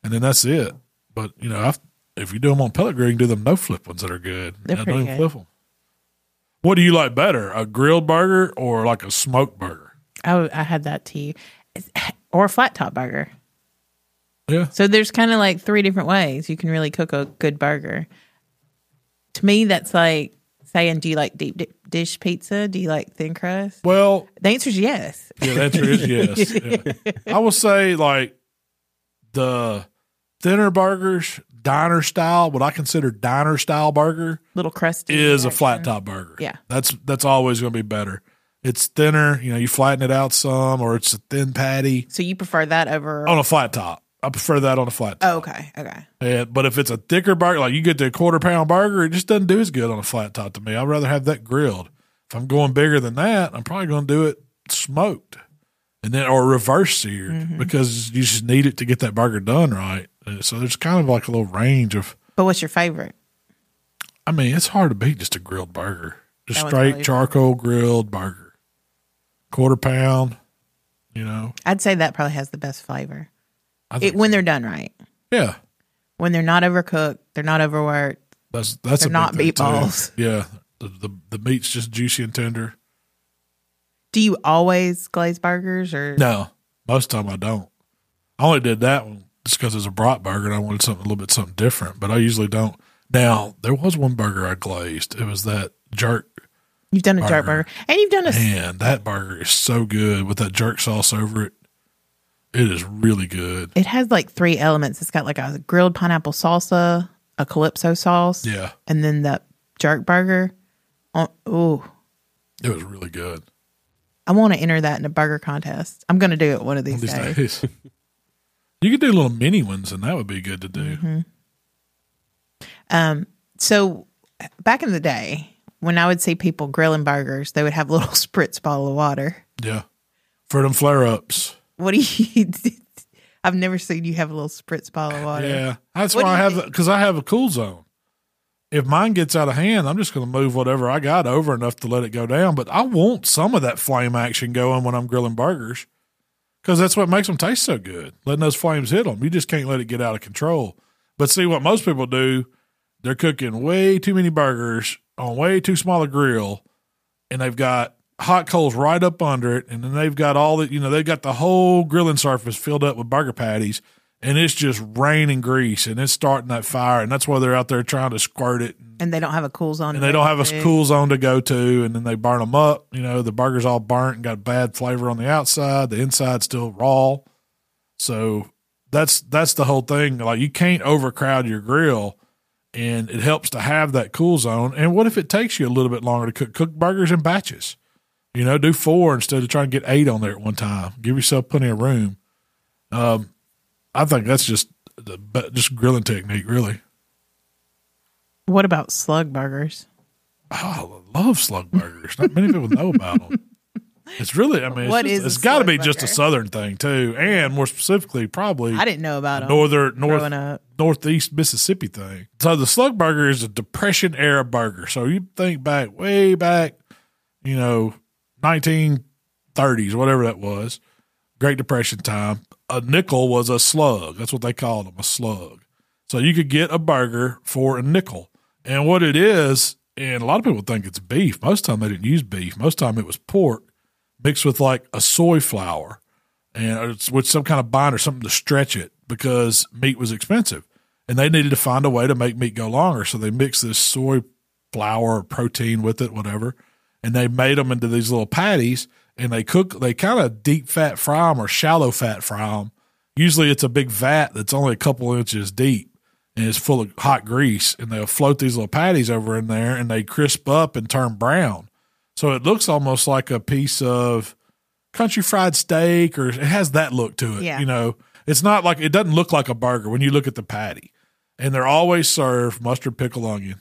Speaker 2: and then that's it. But you know, I've, if you do them on pellet grill, you can do them no flip ones that are good.
Speaker 3: They're
Speaker 2: I
Speaker 3: pretty
Speaker 2: don't even
Speaker 3: good.
Speaker 2: flip 'em. What do you like better, a grilled burger or like a smoked burger?
Speaker 3: Oh, I had that too. Or a flat top burger.
Speaker 2: Yeah,
Speaker 3: So there's kind of like three different ways you can really cook a good burger. To me, that's like saying, do you like deep di- dish pizza? Do you like thin crust?
Speaker 2: well,
Speaker 3: The answer is yes.
Speaker 2: Yeah, the answer is yes. Yeah. I will say like the thinner burgers, diner style, what I consider diner style burger
Speaker 3: Little crusty
Speaker 2: is a
Speaker 3: action.
Speaker 2: flat top burger.
Speaker 3: Yeah.
Speaker 2: That's that's always gonna be better. It's thinner, you know, you flatten it out some or it's a thin patty
Speaker 3: So you prefer that over?
Speaker 2: on a flat top. I prefer that on a flat top.
Speaker 3: Oh, okay, okay.
Speaker 2: Yeah, but if it's a thicker burger, like you get the quarter pound burger, it just doesn't do as good on a flat top to me. I'd rather have that grilled. If I'm going bigger than that, I'm probably going to do it smoked and then or reverse seared
Speaker 3: Mm-hmm.
Speaker 2: because you just need it to get that burger done right. Uh, So there's kind of like a little range of.
Speaker 3: But what's your favorite?
Speaker 2: I mean, it's hard to beat just a grilled burger, just
Speaker 3: That one's
Speaker 2: straight
Speaker 3: really-
Speaker 2: charcoal grilled burger, quarter pound. You know,
Speaker 3: I'd say that probably has the best flavor
Speaker 2: I
Speaker 3: it,
Speaker 2: think,
Speaker 3: when they're done right.
Speaker 2: yeah,
Speaker 3: When they're not overcooked, they're not overworked.
Speaker 2: that's that's
Speaker 3: They're
Speaker 2: a
Speaker 3: not
Speaker 2: big thing, too.
Speaker 3: meatballs.
Speaker 2: Yeah, the, the the meat's just juicy and tender.
Speaker 3: Do you always glaze burgers or
Speaker 2: No, most of the time I don't. I only did that one just because it's a brat burger and I wanted something a little bit something different. But I usually don't. Now there was one burger I glazed. It was that jerk.
Speaker 3: you've done a jerk
Speaker 2: Burger.
Speaker 3: burger and you've done a
Speaker 2: Man, that burger is so good with that jerk sauce over it. It is really good.
Speaker 3: It has like three elements. It's got like a grilled pineapple salsa, a calypso sauce,
Speaker 2: Yeah,
Speaker 3: and then the jerk burger. Oh, ooh,
Speaker 2: it was really good.
Speaker 3: I want to enter that in a burger contest. I'm going to do it one of these,
Speaker 2: One of these
Speaker 3: days.
Speaker 2: days. You could do little mini ones, and that would be good to do.
Speaker 3: Um, so back in the day, when I would see people grilling burgers, they would have a little spritz bottle of water.
Speaker 2: Yeah, for them flare ups.
Speaker 3: What do you? I've never seen you have a little spritz bottle of water.
Speaker 2: Yeah, that's
Speaker 3: What
Speaker 2: why
Speaker 3: do
Speaker 2: I
Speaker 3: you
Speaker 2: have
Speaker 3: think?
Speaker 2: because I have a cool zone. If mine gets out of hand, I'm just going to move whatever I got over enough to let it go down. But I want some of that flame action going when I'm grilling burgers because that's what makes them taste so good. Letting those flames hit them, you just can't let it get out of control. But see what most people do, they're cooking way too many burgers on way too small a grill, and they've got hot coals right up under it, and then they've got all the you know they've got the whole grilling surface filled up with burger patties, and it's just raining grease, and it's starting that fire, and that's why they're out there trying to squirt it,
Speaker 3: And they don't have a cool zone.
Speaker 2: and they don't have a cool zone to go to, and then they burn them up. You know the burger's all burnt and got bad flavor on the outside, the inside's still raw, so that's that's the whole thing. Like you can't overcrowd your grill. And it helps to have that cool zone. And what if it takes you a little bit longer to cook? Cook burgers in batches. You know, do four instead of trying to get eight on there at one time. Give yourself plenty of room. Um, I think that's just the be- just grilling technique, really.
Speaker 3: What about slug burgers?
Speaker 2: Oh, I love slug burgers. Not many people know about them. It's really, I mean, it's
Speaker 3: What
Speaker 2: just-
Speaker 3: is a
Speaker 2: it's got to be
Speaker 3: slug
Speaker 2: just a
Speaker 3: burger?
Speaker 2: southern thing too, and more specifically, probably
Speaker 3: I didn't know about them.
Speaker 2: northern north
Speaker 3: growing up.
Speaker 2: northeast Mississippi thing. So the slug burger is a depression era burger. So you think back way back, you know, nineteen thirties, whatever that was, Great Depression time. A nickel was a slug. That's what they called them, a slug. So you could get a burger for a nickel. And what it is, and a lot of people think it's beef. Most time they didn't use beef. Most time it was pork mixed with like a soy flour and it's with some kind of bind or something to stretch it because meat was expensive and they needed to find a way to make meat go longer so they mixed this soy flour or protein with it whatever and they made them into these little patties and they cook they kind of deep fat fry them or shallow fat fry them usually it's a big vat that's only a couple inches deep and it's full of hot grease and they'll float these little patties over in there and they crisp up and turn brown so it looks almost like a piece of country fried steak or it has that look to it.
Speaker 3: Yeah.
Speaker 2: You know, it's not like it doesn't look like a burger when you look at the patty. And they're always served mustard, pickle, onion.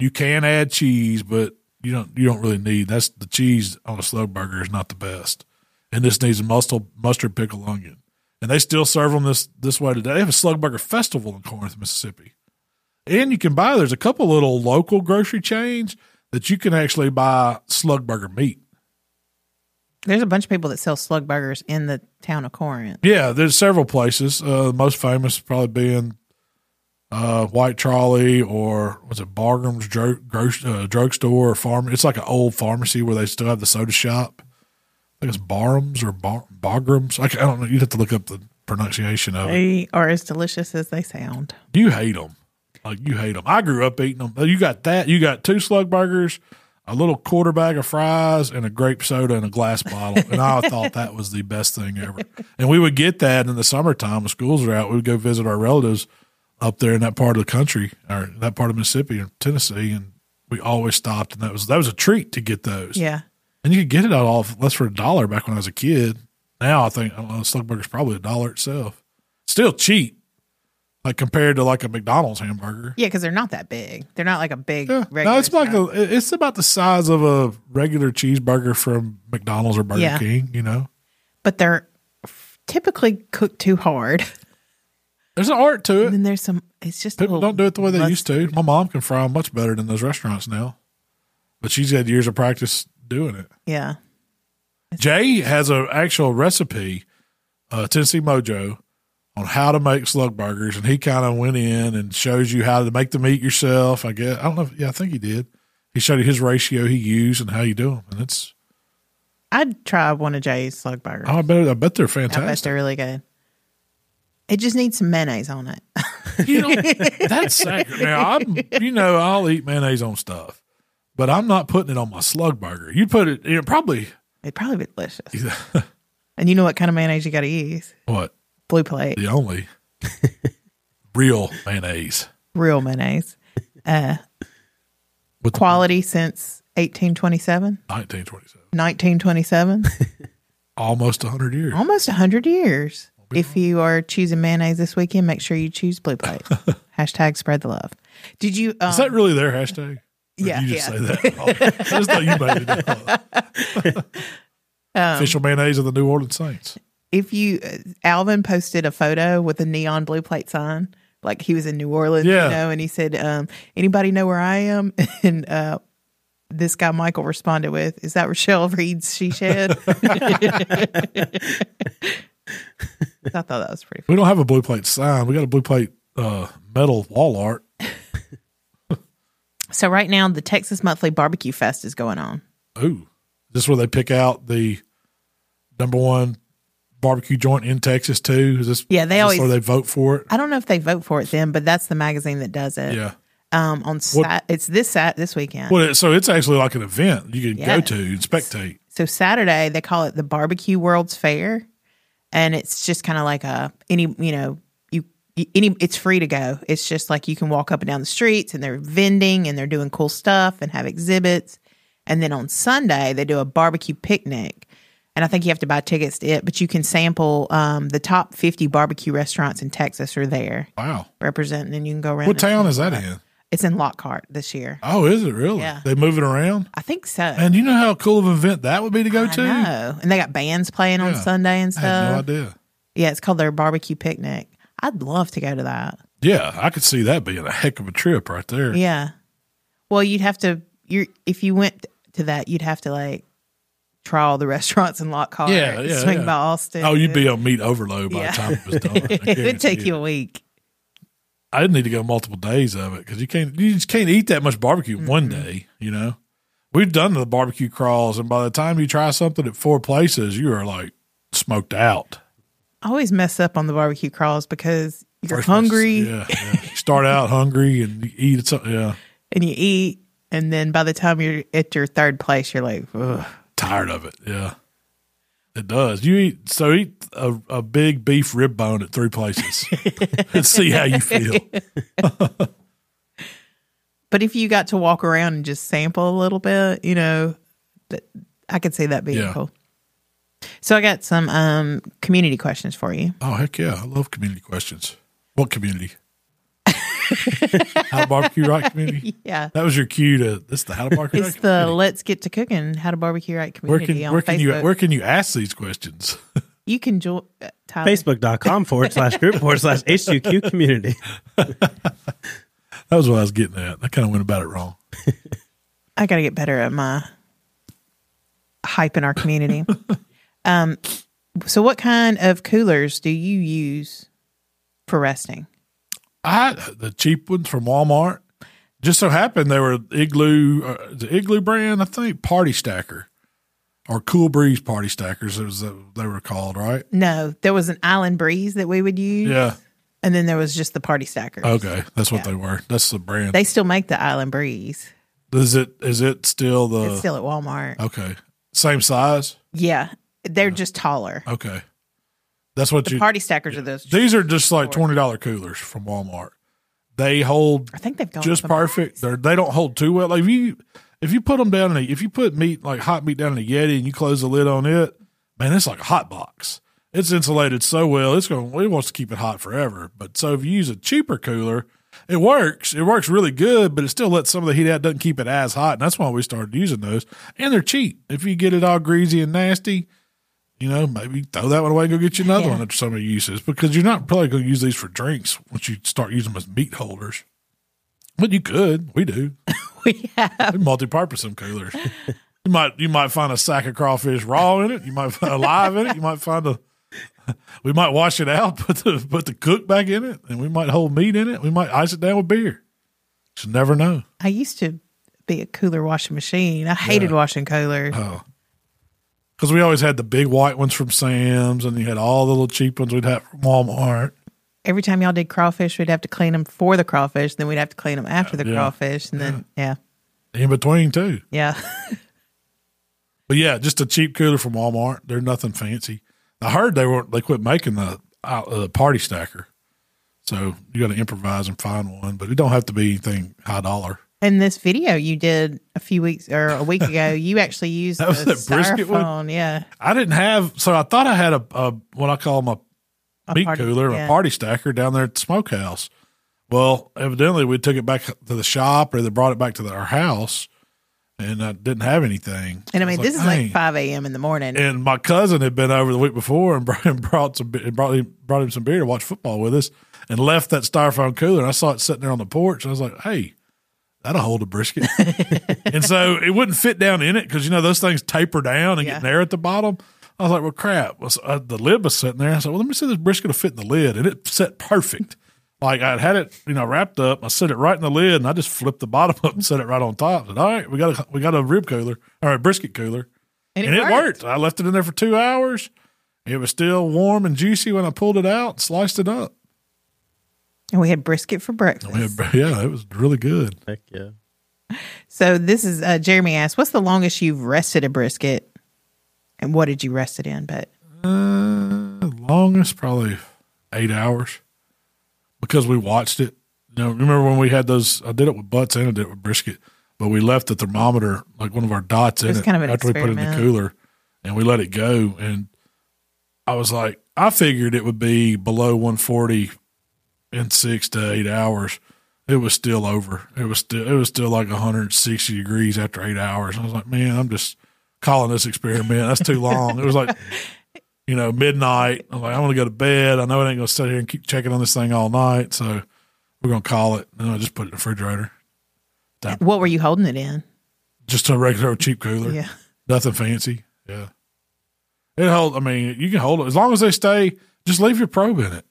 Speaker 2: You can add cheese, but you don't you don't really need that's the cheese on a slow burger is not the best. and this needs mustard, mustard pickle onion. And they still serve them this this way today. They have a Slugburger Festival in Corinth, Mississippi. And you can buy, there's a couple little local grocery chains that you can actually buy Slugburger meat.
Speaker 3: There's a bunch of people that sell slug burgers in the town of Corinth.
Speaker 2: Yeah, there's several places. Uh, the most famous probably being uh, White Trolley or was it Bargram's dro- gro- uh, drugstore or farm? It's like an old pharmacy where they still have the soda shop. I think it's Barham's or Bar- Bargram's. I, ca- I don't know. You'd have to look up the pronunciation of it.
Speaker 3: They are as delicious as they sound.
Speaker 2: You hate them. Like you hate them. I grew up eating them. You got that. You got two slug burgers, a little quarter bag of fries, and a grape soda in a glass bottle. And I thought that was the best thing ever. And we would get that in the summertime when schools are out. We would go visit our relatives up there in that part of the country or that part of Mississippi or Tennessee, and we always stopped. And that was that was a treat to get those.
Speaker 3: Yeah.
Speaker 2: And you could get it out all less for a dollar back when I was a kid. Now I think I don't know, slug burger's probably a dollar itself. Still cheap, like compared to like a McDonald's hamburger.
Speaker 3: Yeah, because they're not that big. They're not like a big
Speaker 2: Yeah.
Speaker 3: regular.
Speaker 2: No, it's like
Speaker 3: size.
Speaker 2: a, it's about the size of a regular cheeseburger from McDonald's or Burger
Speaker 3: Yeah.
Speaker 2: King. You know,
Speaker 3: but they're f- typically cooked too hard.
Speaker 2: there's an art to
Speaker 3: And
Speaker 2: it.
Speaker 3: then there's some it's just a
Speaker 2: People
Speaker 3: little
Speaker 2: don't do it the way they used to. My mom can fry 'em much better than those restaurants now, but she's had years of practice doing it.
Speaker 3: Yeah.
Speaker 2: Jay has an actual recipe, uh, Tennessee Mojo, on how to make slug burgers, and he kind of went in and shows you how to make the meat yourself. I guess I don't know. If, yeah, I think he did. He showed you his ratio he used and how you do them, and it's.
Speaker 3: I'd try one of Jay's slug burgers.
Speaker 2: I bet. I bet they're
Speaker 3: I bet
Speaker 2: fantastic.
Speaker 3: they're really good. It just needs some mayonnaise on it.
Speaker 2: you know, that's sacri- now. I'm, you know, I'll eat mayonnaise on stuff, but I'm not putting it on my slug burger. You put it, you know, probably
Speaker 3: It'd probably be delicious. And you know what kind of mayonnaise you got to use?
Speaker 2: what
Speaker 3: Blue plate,
Speaker 2: the only real mayonnaise.
Speaker 3: real mayonnaise. Uh,
Speaker 2: With the-
Speaker 3: quality since 1827,
Speaker 2: 1927,
Speaker 3: 1927,
Speaker 2: almost 100 years.
Speaker 3: almost 100 years. If you are choosing mayonnaise this weekend, make sure you choose Blue Plate. Hashtag spread the love. Did you? Um,
Speaker 2: Is that really their hashtag? Or
Speaker 3: Yeah,
Speaker 2: You just
Speaker 3: yeah.
Speaker 2: say that. Oh, I just thought you made it up.
Speaker 3: Um,
Speaker 2: Official mayonnaise of the New Orleans Saints.
Speaker 3: if you uh, Alvin posted a photo with a neon blue plate sign, like he was in New Orleans,
Speaker 2: Yeah.
Speaker 3: you know, and he said, um, "Anybody know where I am?" And uh, this guy Michael responded with, "Is that Rochelle Reed's she shed?" I thought that was pretty.
Speaker 2: We
Speaker 3: Funny.
Speaker 2: don't have a blue plate sign. We got a blue plate uh, metal wall art.
Speaker 3: So right now, the Texas Monthly Barbecue Fest is going on.
Speaker 2: Ooh, this is where they pick out the number one barbecue joint in Texas too. Is this?
Speaker 3: Yeah,
Speaker 2: is
Speaker 3: they
Speaker 2: this
Speaker 3: always-
Speaker 2: where they vote for it.
Speaker 3: I don't know if they vote for it then, but that's the magazine that does it.
Speaker 2: Yeah.
Speaker 3: Um, on sat- it's this sat this weekend.
Speaker 2: Well, it, so it's actually like an event you can
Speaker 3: Yeah.
Speaker 2: go to and spectate.
Speaker 3: so Saturday they call it the Barbecue World's Fair, and it's just kind of like a any you know you any it's free to go. It's just like you can walk up and down the streets, and they're vending and they're doing cool stuff and have exhibits. And then on Sunday they do a barbecue picnic, and I think you have to buy tickets to it, but you can sample um, the top fifty barbecue restaurants in Texas are there
Speaker 2: Wow.
Speaker 3: representing, and you can go around.
Speaker 2: What
Speaker 3: and-
Speaker 2: town is that in?
Speaker 3: It's in Lockhart this year,
Speaker 2: Oh, is it really?
Speaker 3: Yeah.
Speaker 2: They move it around.
Speaker 3: I think so.
Speaker 2: And you know how cool of an event that would be to go
Speaker 3: I
Speaker 2: to?
Speaker 3: know, and they got bands playing on
Speaker 2: Yeah.
Speaker 3: Sunday and
Speaker 2: I
Speaker 3: stuff.
Speaker 2: had no idea.
Speaker 3: Yeah, it's called their barbecue picnic. I'd love to go to that.
Speaker 2: Yeah, I could see that being a heck of a trip right there.
Speaker 3: Yeah. Well, you'd have to you if you went to that, you'd have to like try all the restaurants in Lockhart.
Speaker 2: Yeah, yeah,
Speaker 3: swing
Speaker 2: yeah.
Speaker 3: by Austin.
Speaker 2: Oh, you'd be on meat overload by
Speaker 3: Yeah.
Speaker 2: the time it was done. I
Speaker 3: it would take
Speaker 2: guarantee
Speaker 3: you
Speaker 2: it.
Speaker 3: a week.
Speaker 2: I didn't need to go multiple days of it because you can't. You just can't eat that much barbecue in one day. You know, we've done the barbecue crawls, and by the time you try something at four places, you are like smoked out.
Speaker 3: I always mess up on the barbecue crawls because you're
Speaker 2: First place-
Speaker 3: hungry
Speaker 2: yeah, yeah. You start out hungry and you eat something. Yeah,
Speaker 3: and you eat, and then by the time you're at your third place, you're like, Ugh.
Speaker 2: tired of it. Yeah, it does. You eat so eat a, a big beef rib bone at three places and see how you feel.
Speaker 3: But if you got to walk around and just sample a little bit, you know, th- I could see that being
Speaker 2: Yeah.
Speaker 3: cool. So I got some um, community questions for you.
Speaker 2: Oh heck yeah! I love community questions. What community? How to barbecue right community.
Speaker 3: Yeah.
Speaker 2: That was your cue to this. Is the how to barbecue
Speaker 3: It's
Speaker 2: right
Speaker 3: the
Speaker 2: community.
Speaker 3: Let's Get to Cooking How to Barbecue Right
Speaker 2: Where
Speaker 3: community
Speaker 2: can
Speaker 3: on
Speaker 2: where can you
Speaker 3: Facebook.
Speaker 2: where can you ask these questions?
Speaker 3: you can join uh, Tyler.
Speaker 4: Facebook.com forward slash group forward slash HQQ community.
Speaker 2: That was what I was getting at. I kind of went about it wrong.
Speaker 3: I got to get better at my hype in our community. um, so, what kind of coolers do you use for resting?
Speaker 2: I the cheap ones from Walmart. Just so happened they were igloo, uh, the igloo brand, I think, Party Stacker, or Cool Breeze Party Stackers, it was uh, they were called, right?
Speaker 3: No, there was an Island Breeze that we would use.
Speaker 2: Yeah.
Speaker 3: And then there was just the Party Stackers.
Speaker 2: Okay, that's what
Speaker 3: Yeah.
Speaker 2: they were. That's the brand.
Speaker 3: They still make the Island Breeze.
Speaker 2: is it is it still the
Speaker 3: it's still at Walmart.
Speaker 2: okay same size?
Speaker 3: yeah. They're
Speaker 2: Uh.
Speaker 3: just taller.
Speaker 2: Okay, that's what
Speaker 3: The
Speaker 2: you.
Speaker 3: Party Stackers are those.
Speaker 2: these are just like twenty dollar coolers from Walmart. They hold
Speaker 3: I think they've gone
Speaker 2: just
Speaker 3: up in
Speaker 2: perfect.
Speaker 3: price.
Speaker 2: They're, they don't hold too well. Like if you if you put them down in a if you put meat like hot meat down in a Yeti and you close the lid on it, man, it's like a hot box. It's insulated so well. It's going. to It wants to keep it hot forever. But so if you use a cheaper cooler, it works. It works really good, but it still lets some of the heat out. Doesn't keep it as hot, and that's why we started using those. And they're cheap. If you get it all greasy and nasty. You know, maybe throw that one away and go get you another
Speaker 3: Yeah.
Speaker 2: one after some of your uses because you're not probably going to use these for drinks once you start using them as meat holders. But you could. We do.
Speaker 3: We have.
Speaker 2: We multi-purpose them coolers. you might you might find a sack of crawfish raw in it. You might find alive in it. You might find a. We might wash it out, put the put the cook back in it, and we might hold meat in it. We might ice it down with beer. Just never know.
Speaker 3: I used to be a cooler washing machine. I hated washing coolers.
Speaker 2: Uh-huh. Because we always had the big white ones from Sam's, and you had all the little cheap ones we'd have from Walmart.
Speaker 3: Every time y'all did crawfish, we'd have to clean them for the crawfish, then we'd have to clean them after the
Speaker 2: Yeah.
Speaker 3: crawfish, and then yeah,
Speaker 2: In between too.
Speaker 3: yeah.
Speaker 2: But yeah, just a cheap cooler from Walmart. They're nothing fancy. I heard they were they quit making the uh, uh, party stacker, so you got to improvise and find one. But it don't have to be anything high dollar.
Speaker 3: In this video you did a few weeks or a week ago, you actually used
Speaker 2: That was
Speaker 3: the
Speaker 2: that brisket one?
Speaker 3: styrofoam, yeah,
Speaker 2: I didn't have, so I thought I had a, a what I call my meat
Speaker 3: party-
Speaker 2: cooler,
Speaker 3: yeah.
Speaker 2: a party stacker down there at the smokehouse. Well, evidently we took it back to the shop, or they brought it back to the, our house, and I didn't have anything.
Speaker 3: and I mean
Speaker 2: was
Speaker 3: this is like
Speaker 2: "Dang."
Speaker 3: five a.m. in the morning.
Speaker 2: and my cousin had been over the week before and brought, and brought some and brought him, brought him some beer to watch football with us and left that styrofoam cooler and I saw it sitting there on the porch and I was like, hey, that'll hold a brisket. and so it wouldn't fit down in it because you know those things taper down and
Speaker 3: Yeah.
Speaker 2: get narrow at the bottom. I was like, well, crap. Well, so, uh, the lid was sitting there. I said, well, let me see if this brisket will fit in the lid, and it set perfect. Like I'd had it, you know, wrapped up. I set it right in the lid, and I just flipped the bottom up and set it right on top. I said, all right, we got a we got a rib cooler or a brisket cooler,
Speaker 3: And
Speaker 2: and,
Speaker 3: it
Speaker 2: it,
Speaker 3: worked.
Speaker 2: worked. I left it in there for two hours. It was still warm and juicy when I pulled it out, sliced it up.
Speaker 3: And we had brisket for breakfast.
Speaker 2: We had- yeah, it was really good.
Speaker 4: Heck yeah.
Speaker 3: So this is uh, Jeremy asked, "What's the longest you've rested a brisket, and what did you rest it in?" But
Speaker 2: Uh, longest probably eight hours because we watched it. You know, remember when we had those? I did it with butts and I did it with brisket, but we left the thermometer like one of our dots in
Speaker 3: was
Speaker 2: it
Speaker 3: kind of an
Speaker 2: after we put it in
Speaker 3: experiment.
Speaker 2: the cooler, and we let it go. And I was like, I figured it would be below 140 in six to eight hours. It was still over. It was still it was still like 160 degrees after eight hours. I was like, man, I'm just calling this experiment. That's too long. it was like you know, midnight. I'm like, I want to go to bed. I know it ain't going to sit here and keep checking on this thing all night. So we're going to call it. And I just put it in the refrigerator.
Speaker 3: what were you holding it in?
Speaker 2: Just a regular old cheap cooler.
Speaker 3: Yeah.
Speaker 2: Nothing fancy. Yeah. It hold, I mean, you can hold it as long as they stay, just leave your probe in it.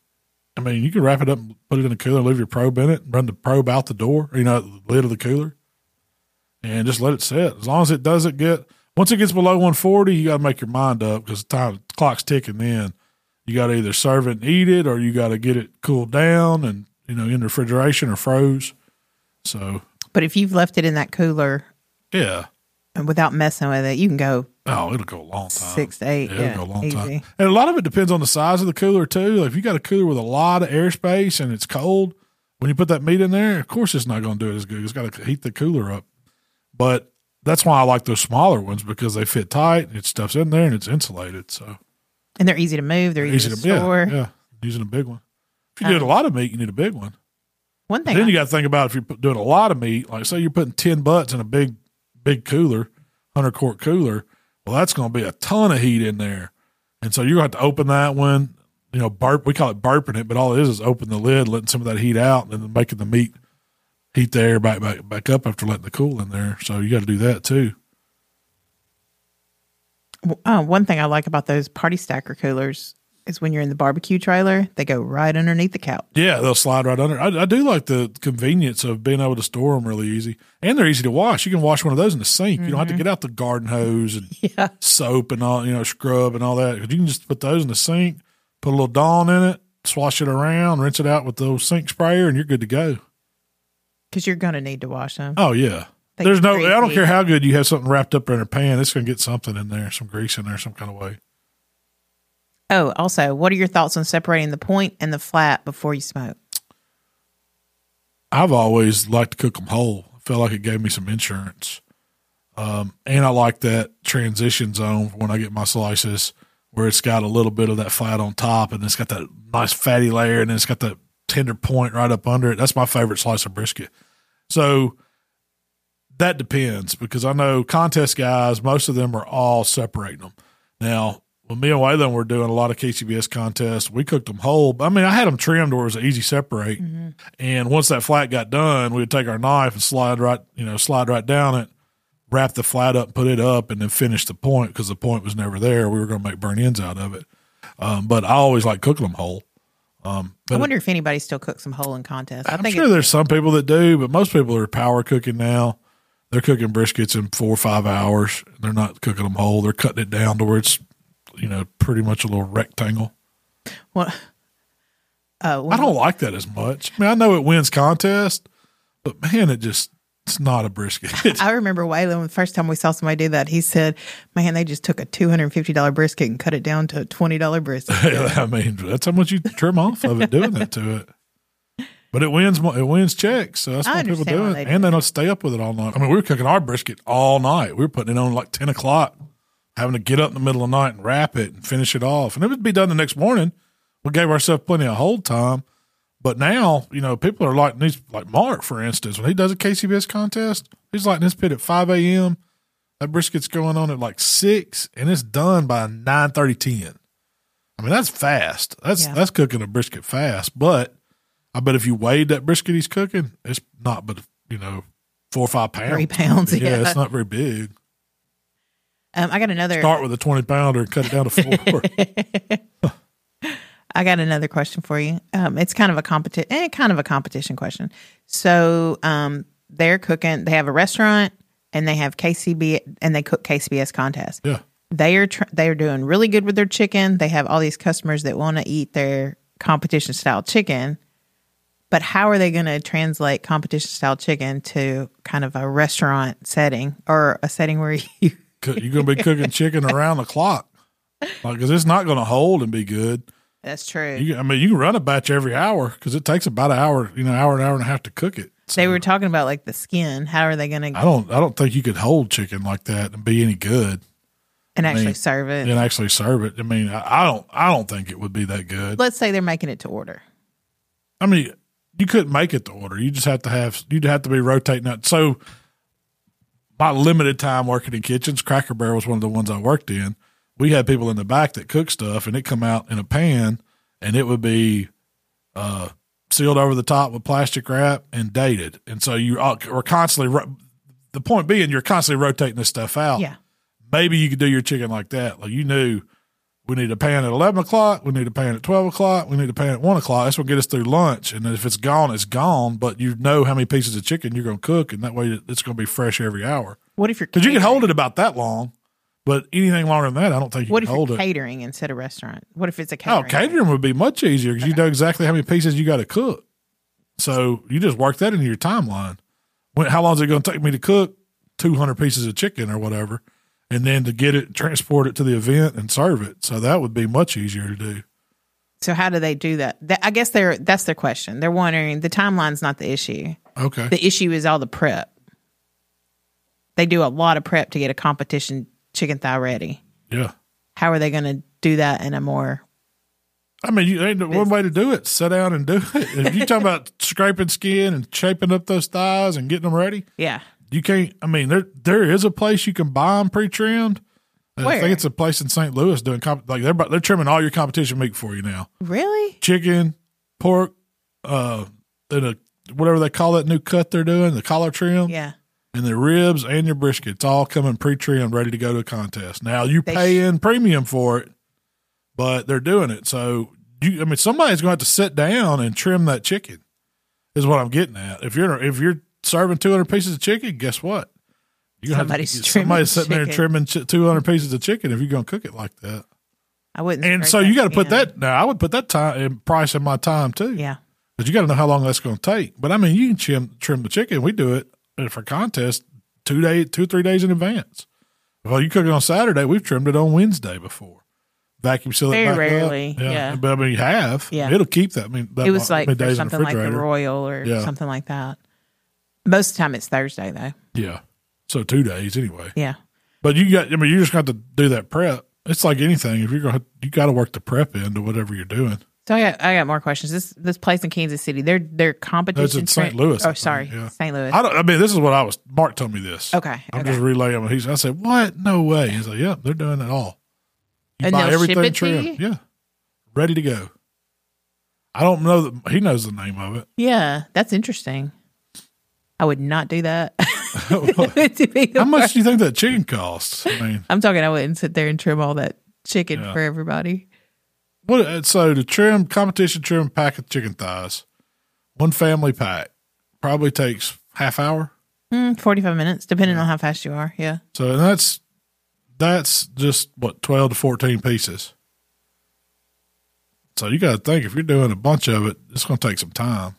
Speaker 2: I mean, you can wrap it up and put it in the cooler, leave your probe in it, run the probe out the door, or, you know, the lid of the cooler, and just let it sit. As long as it doesn't get, once it gets below 140, you got to make your mind up because the time the clock's ticking then. You got to either serve it and eat it, or you got to get it cooled down and, you know, in the refrigeration or froze. So,
Speaker 3: But if you've left it in that cooler
Speaker 2: yeah.
Speaker 3: and without messing with it, you can go
Speaker 2: Oh, it'll go a long time.
Speaker 3: six to eight.
Speaker 2: Yeah,
Speaker 3: Yeah,
Speaker 2: it'll go a long
Speaker 3: easy.
Speaker 2: time. And a lot of it depends on the size of the cooler too. Like if you got a cooler with a lot of airspace and it's cold, when you put that meat in there, of course it's not going to do it as good. It's got to heat the cooler up. But that's why I like those smaller ones because they fit tight and it stuff's in there and it's insulated. So
Speaker 3: And they're easy to move. They're easy,
Speaker 2: easy
Speaker 3: to
Speaker 2: to yeah,
Speaker 3: store. Uh,
Speaker 2: yeah. Using a big one. If you did a lot of meat, you need a big one.
Speaker 3: One thing
Speaker 2: Then
Speaker 3: I-
Speaker 2: you got to think about if you're put- doing a lot of meat, like say you're putting 10 butts in a big, big cooler, 100 quart cooler. Well, that's going to be a ton of heat in there. And so you're going to have to open that one, you know, burp. We call it burping it, but all it is is open the lid, letting some of that heat out, and then making the meat heat the air back, back, back up after letting the cool in there. So you got to do that too.
Speaker 3: Oh, one thing I like about those party stacker coolers is when you're in the barbecue trailer, they go right underneath the couch.
Speaker 2: Yeah, they'll slide right under. I, I do like the convenience of being able to store them really easy, and they're easy to wash. You can wash one of those in the sink. You don't
Speaker 3: Mm-hmm.
Speaker 2: have to get out the garden hose and soap and all you know scrub and all that. 'Cause You can just put those in the sink, put a little Dawn in it, swash it around, rinse it out with the old sink sprayer, and you're good to go.
Speaker 3: Because you're going to need to wash them.
Speaker 2: Oh yeah,
Speaker 3: They
Speaker 2: there's no.
Speaker 3: create
Speaker 2: I don't
Speaker 3: heat.
Speaker 2: care how good you have something wrapped up in a pan. It's gonna get something in there, some grease in there, some kind of way.
Speaker 3: Oh, also, what are your thoughts on separating the point and the flat before you smoke?
Speaker 2: I've always liked to cook them whole. I felt like it gave me some insurance. Um, and I like that transition zone when I get my slices where it's got a little bit of that flat on top and it's got that nice fatty layer and then it's got that tender point right up under it. That's my favorite slice of brisket. So that depends because I know contest guys, most of them are all separating them. Now, when me and Waylon were doing a lot of KCBS contests, we cooked them whole. I mean, I had them trimmed where it was an easy separate. And once that flat got done, we would take our knife and slide right, you know, slide right down it, wrap the flat up, put it up, and then finish the point because the point was never there. We were going to make burn ends out of it. Um, but I always like cooking them whole. Um,
Speaker 3: I
Speaker 2: but
Speaker 3: wonder if anybody still cooks some whole in contest. I
Speaker 2: I'm
Speaker 3: think
Speaker 2: sure
Speaker 3: it-
Speaker 2: there's some people that do, but most people are power cooking now. They're cooking briskets in four or five hours. They're not cooking them whole. They're cutting it down to where it's, you know, pretty much a little rectangle.
Speaker 3: well,
Speaker 2: I
Speaker 3: uh, when-
Speaker 2: don't like that as much. I mean, I know it wins contest, but man, it just it's not a brisket.
Speaker 3: I remember Waylon, the first time we saw somebody do that, he said, Man, they just took a $250 brisket and cut it down to a $20 brisket.
Speaker 2: I mean, that's how much you trim off of it doing that to it. But it wins. mo- It wins checks. So that's
Speaker 3: I
Speaker 2: what people
Speaker 3: understand
Speaker 2: do
Speaker 3: why
Speaker 2: it,
Speaker 3: they do
Speaker 2: and they don't stay up with it all night. I mean, we were cooking our brisket all night. We were putting it on like ten o'clock, having to get up in the middle of the night and wrap it and finish it off, and it would be done the next morning. We gave ourselves plenty of hold time. But now, you know, people are lighting these, like Mark, for instance, when he does a KCBS contest, he's lighting his pit at 5 a.m. That brisket's going on at like 6 and it's done by 9 10. I mean, that's fast. That's
Speaker 3: Yeah.
Speaker 2: that's cooking a brisket fast. But I bet if you weighed that brisket he's cooking, it's not but, you know, four or five pounds.
Speaker 3: Three pounds, yeah.
Speaker 2: it's not very big.
Speaker 3: Um, I got another.
Speaker 2: Start with a 20 pounder and cut it down to four.
Speaker 3: I got another question for you. Um, it's kind of a competition, eh, kind of a competition question. So um, they're cooking. They have a restaurant and they have KCB and they cook KCBS contests.
Speaker 2: yeah.
Speaker 3: They are tr- they are doing really good with their chicken. They have all these customers that want to eat their competition style chicken. But how are they going to translate competition style chicken to kind of a restaurant setting or a setting where you?
Speaker 2: Cook- You're going to be cooking chicken around the clock. Like, because it's not going to hold and be good.
Speaker 3: That's true.
Speaker 2: You, I mean, you can run a batch every hour because it takes about an hour, you know, hour, an hour and a half to cook it. So
Speaker 3: they were talking about like the skin. How are they going
Speaker 2: I
Speaker 3: to
Speaker 2: don't, I don't think you could hold chicken like that and be any good
Speaker 3: and actually
Speaker 2: mean,
Speaker 3: serve it?
Speaker 2: and actually serve it. I mean, I, I don't, I don't think it would be that good.
Speaker 3: let's say they're making it to order.
Speaker 2: I mean, you couldn't make it to order. You just have to have, you'd have to be rotating that. So my limited time working in kitchens, Cracker Barrel was one of the ones I worked in. We had people in the back that cook stuff and it come out in a pan and it would be uh, sealed over the top with plastic wrap and dated. And so you all- were constantly, ro- the point being, you're constantly rotating this stuff out.
Speaker 3: Yeah.
Speaker 2: Maybe you could do your chicken like that. Like you knew we need a pan at 11 o'clock. We need a pan at 12 o'clock. We need a pan at 1 o'clock. That's what get us through lunch. And if it's gone, it's gone. But you know how many pieces of chicken you're going to cook. And that way it's going to be fresh every hour.
Speaker 3: What if you're
Speaker 2: Because you
Speaker 3: catering?
Speaker 2: can hold it about that long. But anything longer than that, I don't think you
Speaker 3: What if
Speaker 2: can
Speaker 3: you're
Speaker 2: hold it.
Speaker 3: catering instead of restaurant? What if it's a
Speaker 2: Oh,
Speaker 3: catering?
Speaker 2: catering would be much easier because you know exactly how many pieces you got to cook. So you just work that into your timeline. When, how long is it going to take me to cook 200 pieces of chicken or whatever? And then to get it, transport it to the event and serve it. So that would be much easier to do.
Speaker 3: So how do they do that? That- I guess they're that's their question. They're wondering the timeline's not the issue.
Speaker 2: Okay.
Speaker 3: The issue is all the prep. They do a lot of prep to get a competition chicken thigh ready.
Speaker 2: yeah.
Speaker 3: How are they going to do that in a more
Speaker 2: I mean, you ain't one way to do it. Sit down and do it. If you talking about scraping skin and shaping up those thighs and getting them ready,
Speaker 3: Yeah.
Speaker 2: you can't. I mean, there there is a place you can buy them pre-trimmed. And I
Speaker 3: Where?
Speaker 2: think it's a place in St. Louis doing comp- like they're bu- they're trimming all your competition meat for you now.
Speaker 3: Really?
Speaker 2: Chicken, pork, uh, and a, whatever they call that new cut they're doing, the collar trim,
Speaker 3: Yeah.
Speaker 2: and the ribs and your brisket. It's all coming pre-trimmed, ready to go to a contest. Now you
Speaker 3: They
Speaker 2: pay in premium for it, but they're doing it. So you, I mean, somebody's going to have to sit down and trim that chicken. Is what I'm getting at. If you're if you're serving 200 pieces of chicken, guess what? You're gonna have to- somebody's
Speaker 3: Somebody's
Speaker 2: sitting
Speaker 3: trimming
Speaker 2: there
Speaker 3: chicken.
Speaker 2: trimming chi- 200 pieces of chicken if you're going to cook it like that.
Speaker 3: I wouldn't.
Speaker 2: And
Speaker 3: scrape
Speaker 2: so you got to put
Speaker 3: skin.
Speaker 2: that. Now I would put that time and price in my time too.
Speaker 3: Yeah.
Speaker 2: But you got to know how long that's going to take. But I mean, you can trim, trim the chicken. We do it for contest two day, two three days in advance. Well, you cook it on Saturday. We've trimmed it on Wednesday before. Vacuum seal it.
Speaker 3: Very
Speaker 2: back up.
Speaker 3: rarely, yeah.
Speaker 2: But I mean, you have.
Speaker 3: Yeah.
Speaker 2: It'll keep that. I mean, that
Speaker 3: It was
Speaker 2: long-
Speaker 3: like
Speaker 2: many
Speaker 3: for
Speaker 2: days Uh, in the
Speaker 3: something like the
Speaker 2: refrigerator.
Speaker 3: Royal or
Speaker 2: Yeah.
Speaker 3: something like that. Most of the time it's Thursday though.
Speaker 2: Yeah. So two days anyway.
Speaker 3: Yeah.
Speaker 2: But you got. I mean, you just got to do that prep. It's like anything. If you're going, to you got to work the prep into whatever you're doing.
Speaker 3: So I got, I got more questions. This this place in Kansas City, their their competition.
Speaker 2: That's in St. Louis. I
Speaker 3: Oh,
Speaker 2: think,
Speaker 3: sorry,
Speaker 2: yeah.
Speaker 3: St. Louis.
Speaker 2: I don't. I mean, this is what I was. Mark told me this.
Speaker 3: Okay,
Speaker 2: I'm
Speaker 3: okay.
Speaker 2: just relaying what he's. I said, "What? No way." He's like, "Yep, they're doing it all. You
Speaker 3: And they'll ship it to you?
Speaker 2: yeah, ready to go." I don't know that he knows the name of it.
Speaker 3: Yeah, that's interesting. I would not do that. To be the
Speaker 2: How much
Speaker 3: worst.
Speaker 2: do you think that chicken costs? I mean,
Speaker 3: I'm talking. I wouldn't sit there and trim all that chicken
Speaker 2: Yeah.
Speaker 3: for everybody.
Speaker 2: what? uh, So to trim competition trim pack of chicken thighs, one family pack probably takes half hour.
Speaker 3: Mm, 45 minutes, depending on how fast you are. Yeah,
Speaker 2: So and that's that's just what twelve to fourteen pieces. So you got to think if you're doing a bunch of it, it's going to take some time.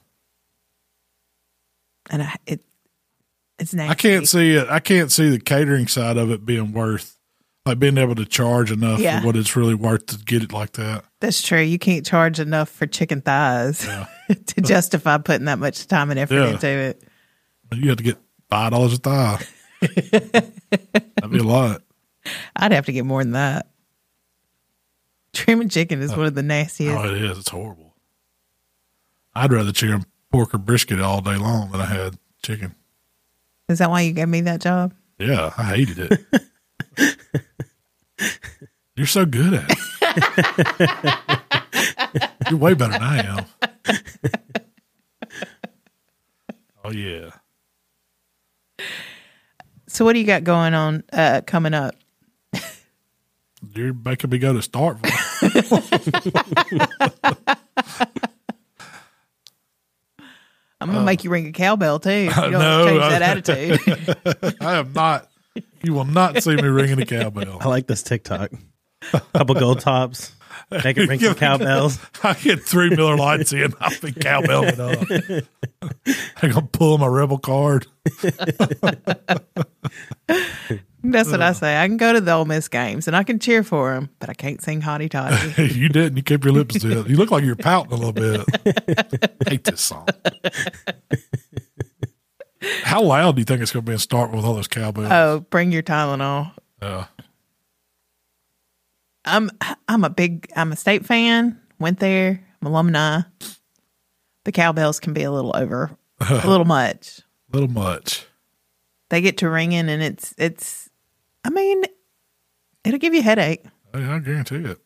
Speaker 3: and I, it it's nasty.
Speaker 2: I can't see it. I can't see the catering side of it being worth like being able to charge enough
Speaker 3: Yeah.
Speaker 2: for what it's really worth to get it like that.
Speaker 3: That's true. You can't charge enough for chicken thighs to justify putting that much time and effort
Speaker 2: Yeah.
Speaker 3: into it.
Speaker 2: You have to get five dollars a thigh. That'd be a lot.
Speaker 3: I'd have to get more than that. Trimming chicken is one of the nastiest.
Speaker 2: Uh, Oh, it is. It's horrible. I'd rather chicken pork or brisket all day long than I had chicken.
Speaker 3: Is that why you gave me that job?
Speaker 2: Yeah, I hated it. You're so good at it. You're way better than I am. Oh yeah.
Speaker 3: So what do you got going on uh, coming up?
Speaker 2: You're making me go to Starkville.
Speaker 3: I'm gonna make you ring a cowbell too. if You don't
Speaker 2: Uh. no,
Speaker 3: change
Speaker 2: I-
Speaker 3: that attitude.
Speaker 2: I am not. You will not see me ringing a
Speaker 4: I
Speaker 2: cowbell.
Speaker 4: like this TikTok. Couple gold tops. Make it ring some cowbells.
Speaker 2: I get three Miller Lights in. I'll be cowbelling up. I'm gonna pull my rebel card.
Speaker 3: That's what I say. I can go to the Ole Miss games and I can cheer for them, but I can't sing "Hotty Toddy."
Speaker 2: you didn't. You kept your lips to it. You look like you're pouting a little bit. I hate this song. How loud do you think it's going to be in Starkville with all those cowbells?
Speaker 3: oh, bring your Tylenol.
Speaker 2: Yeah.
Speaker 3: I'm I'm a big I'm a state fan. Went there. I'm alumni. The cowbells can be a little over, a little much.
Speaker 2: a little much.
Speaker 3: They get to ringing, and it's it's. I mean, it'll give you a headache.
Speaker 2: I, I guarantee it.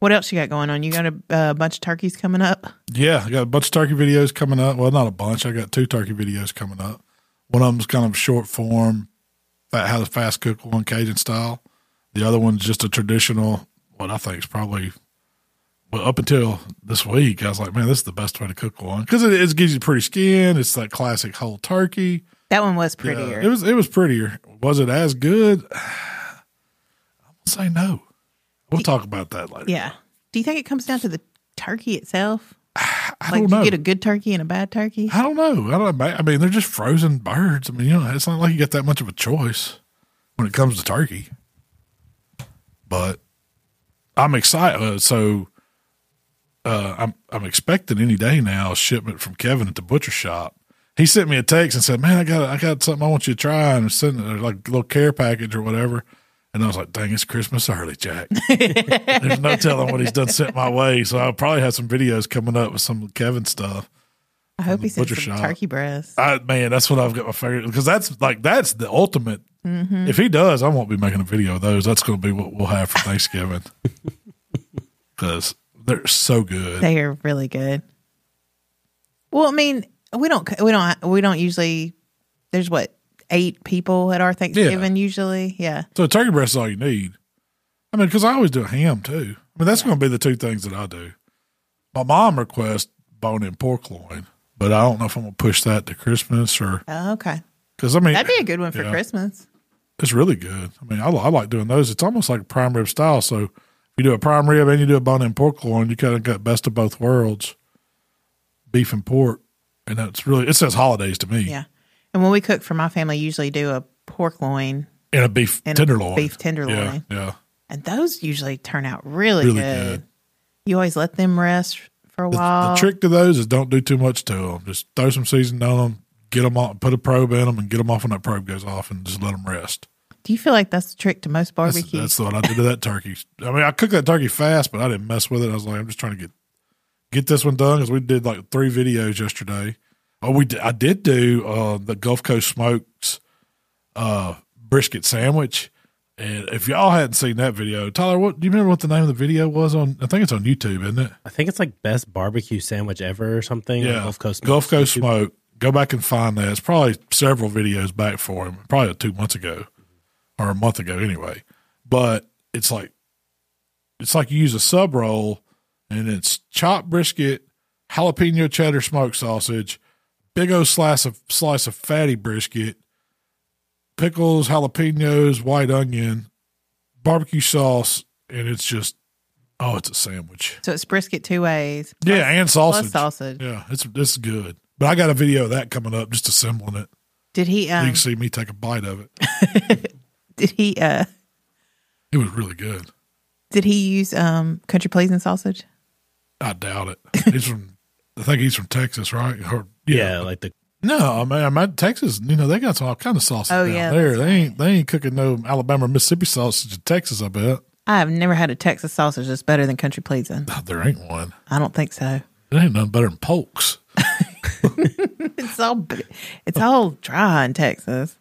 Speaker 3: What else you got going on? You got a uh, bunch of turkeys coming up.
Speaker 2: Yeah, I got a bunch of turkey videos coming up. Well, not a bunch. I got two turkey videos coming up. One of them's kind of short form, fa- how to fast cook one Cajun style. The other one's just a traditional. What I think is probably, well, up until this week, I was like, man, this is the best way to cook one because it, it gives you pretty skin. It's that classic whole turkey.
Speaker 3: That one was
Speaker 2: Yeah,
Speaker 3: prettier.
Speaker 2: it was it was prettier. Was it as good? I'm gonna say no. We'll talk about that later.
Speaker 3: Yeah. Do you think it comes down to the turkey itself?
Speaker 2: I
Speaker 3: Like,
Speaker 2: don't
Speaker 3: do
Speaker 2: know.
Speaker 3: you get a good turkey and a bad turkey?
Speaker 2: I don't know. I don't. I mean, they're just frozen birds. I mean, you know, it's not like you get that much of a choice when it comes to turkey. But I'm excited. uh, So uh, I'm I'm expecting any day now a shipment from Kevin at the butcher shop. He sent me uh, a text and said, "Man, I got I got something I want you to try and send it, like a little care package or whatever." And I was like, dang, it's Christmas early, Jack. There's no telling what he's done sent my way. So I'll probably have some videos coming up with some Kevin stuff.
Speaker 3: I hope
Speaker 2: the
Speaker 3: he sent
Speaker 2: butcher
Speaker 3: some
Speaker 2: shop.
Speaker 3: turkey breasts.
Speaker 2: I, man, that's what I've got my favorite because that's like that's the ultimate.
Speaker 3: Mm-hmm.
Speaker 2: If he does, I won't be making a video of those. That's going to be what we'll have for Thanksgiving because they're so good.
Speaker 3: They are really good. Well, I mean, we don't we don't we don't usually. There's what eight people at our Thanksgiving usually. Yeah,
Speaker 2: So turkey breast is all you need. I mean, because I always do ham too. I mean, that's going to be the two things that I do. My mom requests bone-in pork loin, but I don't know if I'm going to push that to Christmas or
Speaker 3: Oh, okay,
Speaker 2: because I mean
Speaker 3: that'd be a good one for
Speaker 2: Yeah.
Speaker 3: Christmas.
Speaker 2: It's really good. I mean, I, li- I like doing those. It's almost like prime rib style. So if you do a prime rib and you do a bone in pork loin, you kind of got best of both worlds, beef and pork. And that's really, it says holidays to me.
Speaker 3: Yeah, and when we cook for my family, usually do a pork loin,
Speaker 2: And a beef
Speaker 3: And a
Speaker 2: tenderloin.
Speaker 3: beef tenderloin.
Speaker 2: Yeah. Yeah.
Speaker 3: and those usually turn out really,
Speaker 2: Really
Speaker 3: good.
Speaker 2: good.
Speaker 3: You always let them rest for a
Speaker 2: The,
Speaker 3: while.
Speaker 2: the trick to those is don't do too much to them. Just throw some seasoning on them, get them off, put a probe in them and get them off when that probe goes off and just let them rest.
Speaker 3: Do you feel like that's the trick to most
Speaker 2: That's,
Speaker 3: barbecue?
Speaker 2: that's what I did to that turkey. I mean, I cooked that turkey fast, but I didn't mess with it. I was like, I'm just trying to get get this one done because we did like three videos yesterday. Oh, we did, I did do uh, the Gulf Coast Smokes uh, brisket sandwich, and if y'all hadn't seen that video, Tyler, what do you remember what the name of the video was on? I think it's on YouTube, isn't it?
Speaker 4: I think it's like best barbecue sandwich ever or something. like Gulf Coast.
Speaker 2: Gulf Coast Smoke. Go back and find that. It's probably several videos back for him, probably two months ago or a month ago anyway. But it's like it's like you use a sub roll and it's chopped brisket, jalapeno cheddar smoked sausage, big old slice of slice of fatty brisket, pickles, jalapenos, white onion, barbecue sauce, and it's just oh, it's a sandwich.
Speaker 3: so it's brisket two ways.
Speaker 2: yeah, and
Speaker 3: Plus
Speaker 2: sausage.
Speaker 3: sausage.
Speaker 2: Yeah, it's it's good. But I got a video of that coming up, just assembling it.
Speaker 3: Did he?
Speaker 2: you
Speaker 3: Um,
Speaker 2: can see me take a bite of it.
Speaker 3: did he? Uh,
Speaker 2: It was really good.
Speaker 3: did he use um country pleasing sausage?
Speaker 2: I doubt it. He's from, I think he's from Texas, right? Or,
Speaker 4: Yeah, like the
Speaker 2: No, I mean, I mean, Texas. You know, they got all kind of sausage
Speaker 3: Oh,
Speaker 2: down
Speaker 3: yeah,
Speaker 2: there. They ain't they ain't cooking no Alabama, or Mississippi sausage in Texas. I bet Ah,
Speaker 3: I have never had a Texas sausage that's better than country pleasing.
Speaker 2: there ain't one.
Speaker 3: I don't think so.
Speaker 2: There ain't nothing better than Polk's.
Speaker 3: It's all b-
Speaker 2: Oh.
Speaker 3: it's all dry in Texas,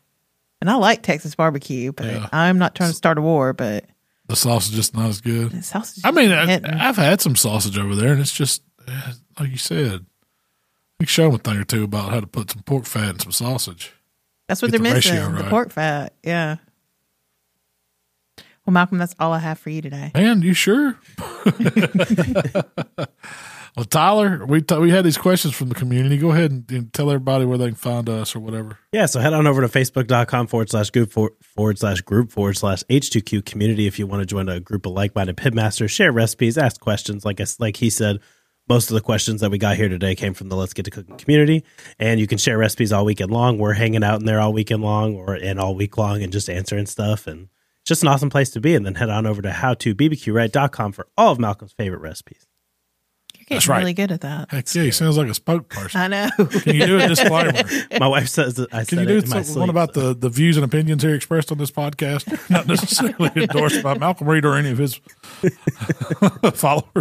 Speaker 3: and I like Texas barbecue, but I'm not trying to start a war. But
Speaker 2: The sausage just not as good.
Speaker 3: sausage.
Speaker 2: I mean, I,
Speaker 3: hitting.
Speaker 2: I've had some sausage over there, and it's just eh, like you said. You can show them a thing or two about how to put some pork fat in some sausage.
Speaker 3: that's what
Speaker 2: get
Speaker 3: they're
Speaker 2: the
Speaker 3: missing.
Speaker 2: ratio
Speaker 3: The
Speaker 2: right.
Speaker 3: pork fat. Yeah. Well, Malcolm, that's all I have for you today.
Speaker 2: Man, you sure? well, Tyler, we t- we had these questions from the community. Go ahead and, and tell everybody where they can find us or whatever.
Speaker 4: Yeah, so head on over to facebook.com forward slash group for, forward slash group forward slash H2Q community if you want to join a group of like minded pitmasters, share recipes, ask questions. Like I s like he said, most of the questions that we got here today came from the Let's Get to Cooking community. And you can share recipes all weekend long. We're hanging out in there all weekend long or and all week long and just answering stuff. And it's just an awesome place to be. And then head on over to howtobbqright.com for all of Malcolm's favorite recipes.
Speaker 3: You're getting
Speaker 2: right.
Speaker 3: really good at that.
Speaker 2: Heck yeah, he sounds like a spokesperson.
Speaker 3: I know.
Speaker 2: Can you do a disclaimer?
Speaker 4: My wife says that I
Speaker 2: Can
Speaker 4: said
Speaker 2: you
Speaker 4: it
Speaker 2: do
Speaker 4: in my
Speaker 2: something
Speaker 4: sleep.
Speaker 2: about the, the views and opinions here expressed on this podcast? Not necessarily endorsed by Malcolm Reed or any of his followers.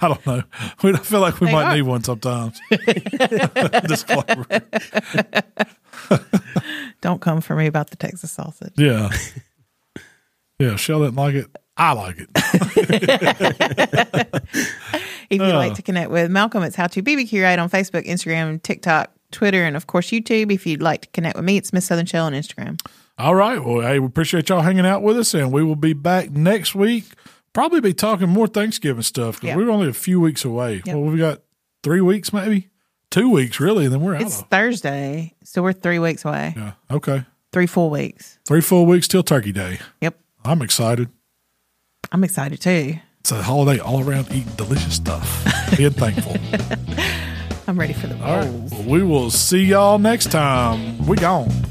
Speaker 2: I don't know. We I feel like we
Speaker 3: They
Speaker 2: might
Speaker 3: are.
Speaker 2: need one sometimes. Disclaimer.
Speaker 3: don't come for me about the Texas sausage.
Speaker 2: Yeah. Yeah, Shell didn't like it. I like it.
Speaker 3: If you'd like to connect with Malcolm, it's How to BBQ Right on Facebook, Instagram, TikTok, Twitter, and of course YouTube. If you'd like to connect with me, it's Miss Southern Shell on Instagram.
Speaker 2: All right. Well, hey, we appreciate y'all hanging out with us, and we will be back next week. Probably be talking more Thanksgiving stuff because
Speaker 3: Yeah.
Speaker 2: we're only a few weeks away.
Speaker 3: Yeah.
Speaker 2: Well, we've got three weeks, maybe two weeks, really, and then we're out.
Speaker 3: It's
Speaker 2: of-
Speaker 3: Thursday, so we're three weeks away.
Speaker 2: yeah. Okay.
Speaker 3: Three full weeks.
Speaker 2: Three full weeks till Turkey Day.
Speaker 3: Yep.
Speaker 2: I'm excited.
Speaker 3: I'm excited too.
Speaker 2: It's a holiday all around eating delicious stuff, being thankful.
Speaker 3: I'm ready for the
Speaker 2: All right.
Speaker 3: bowls.
Speaker 2: Well, we will see y'all next time. We gone.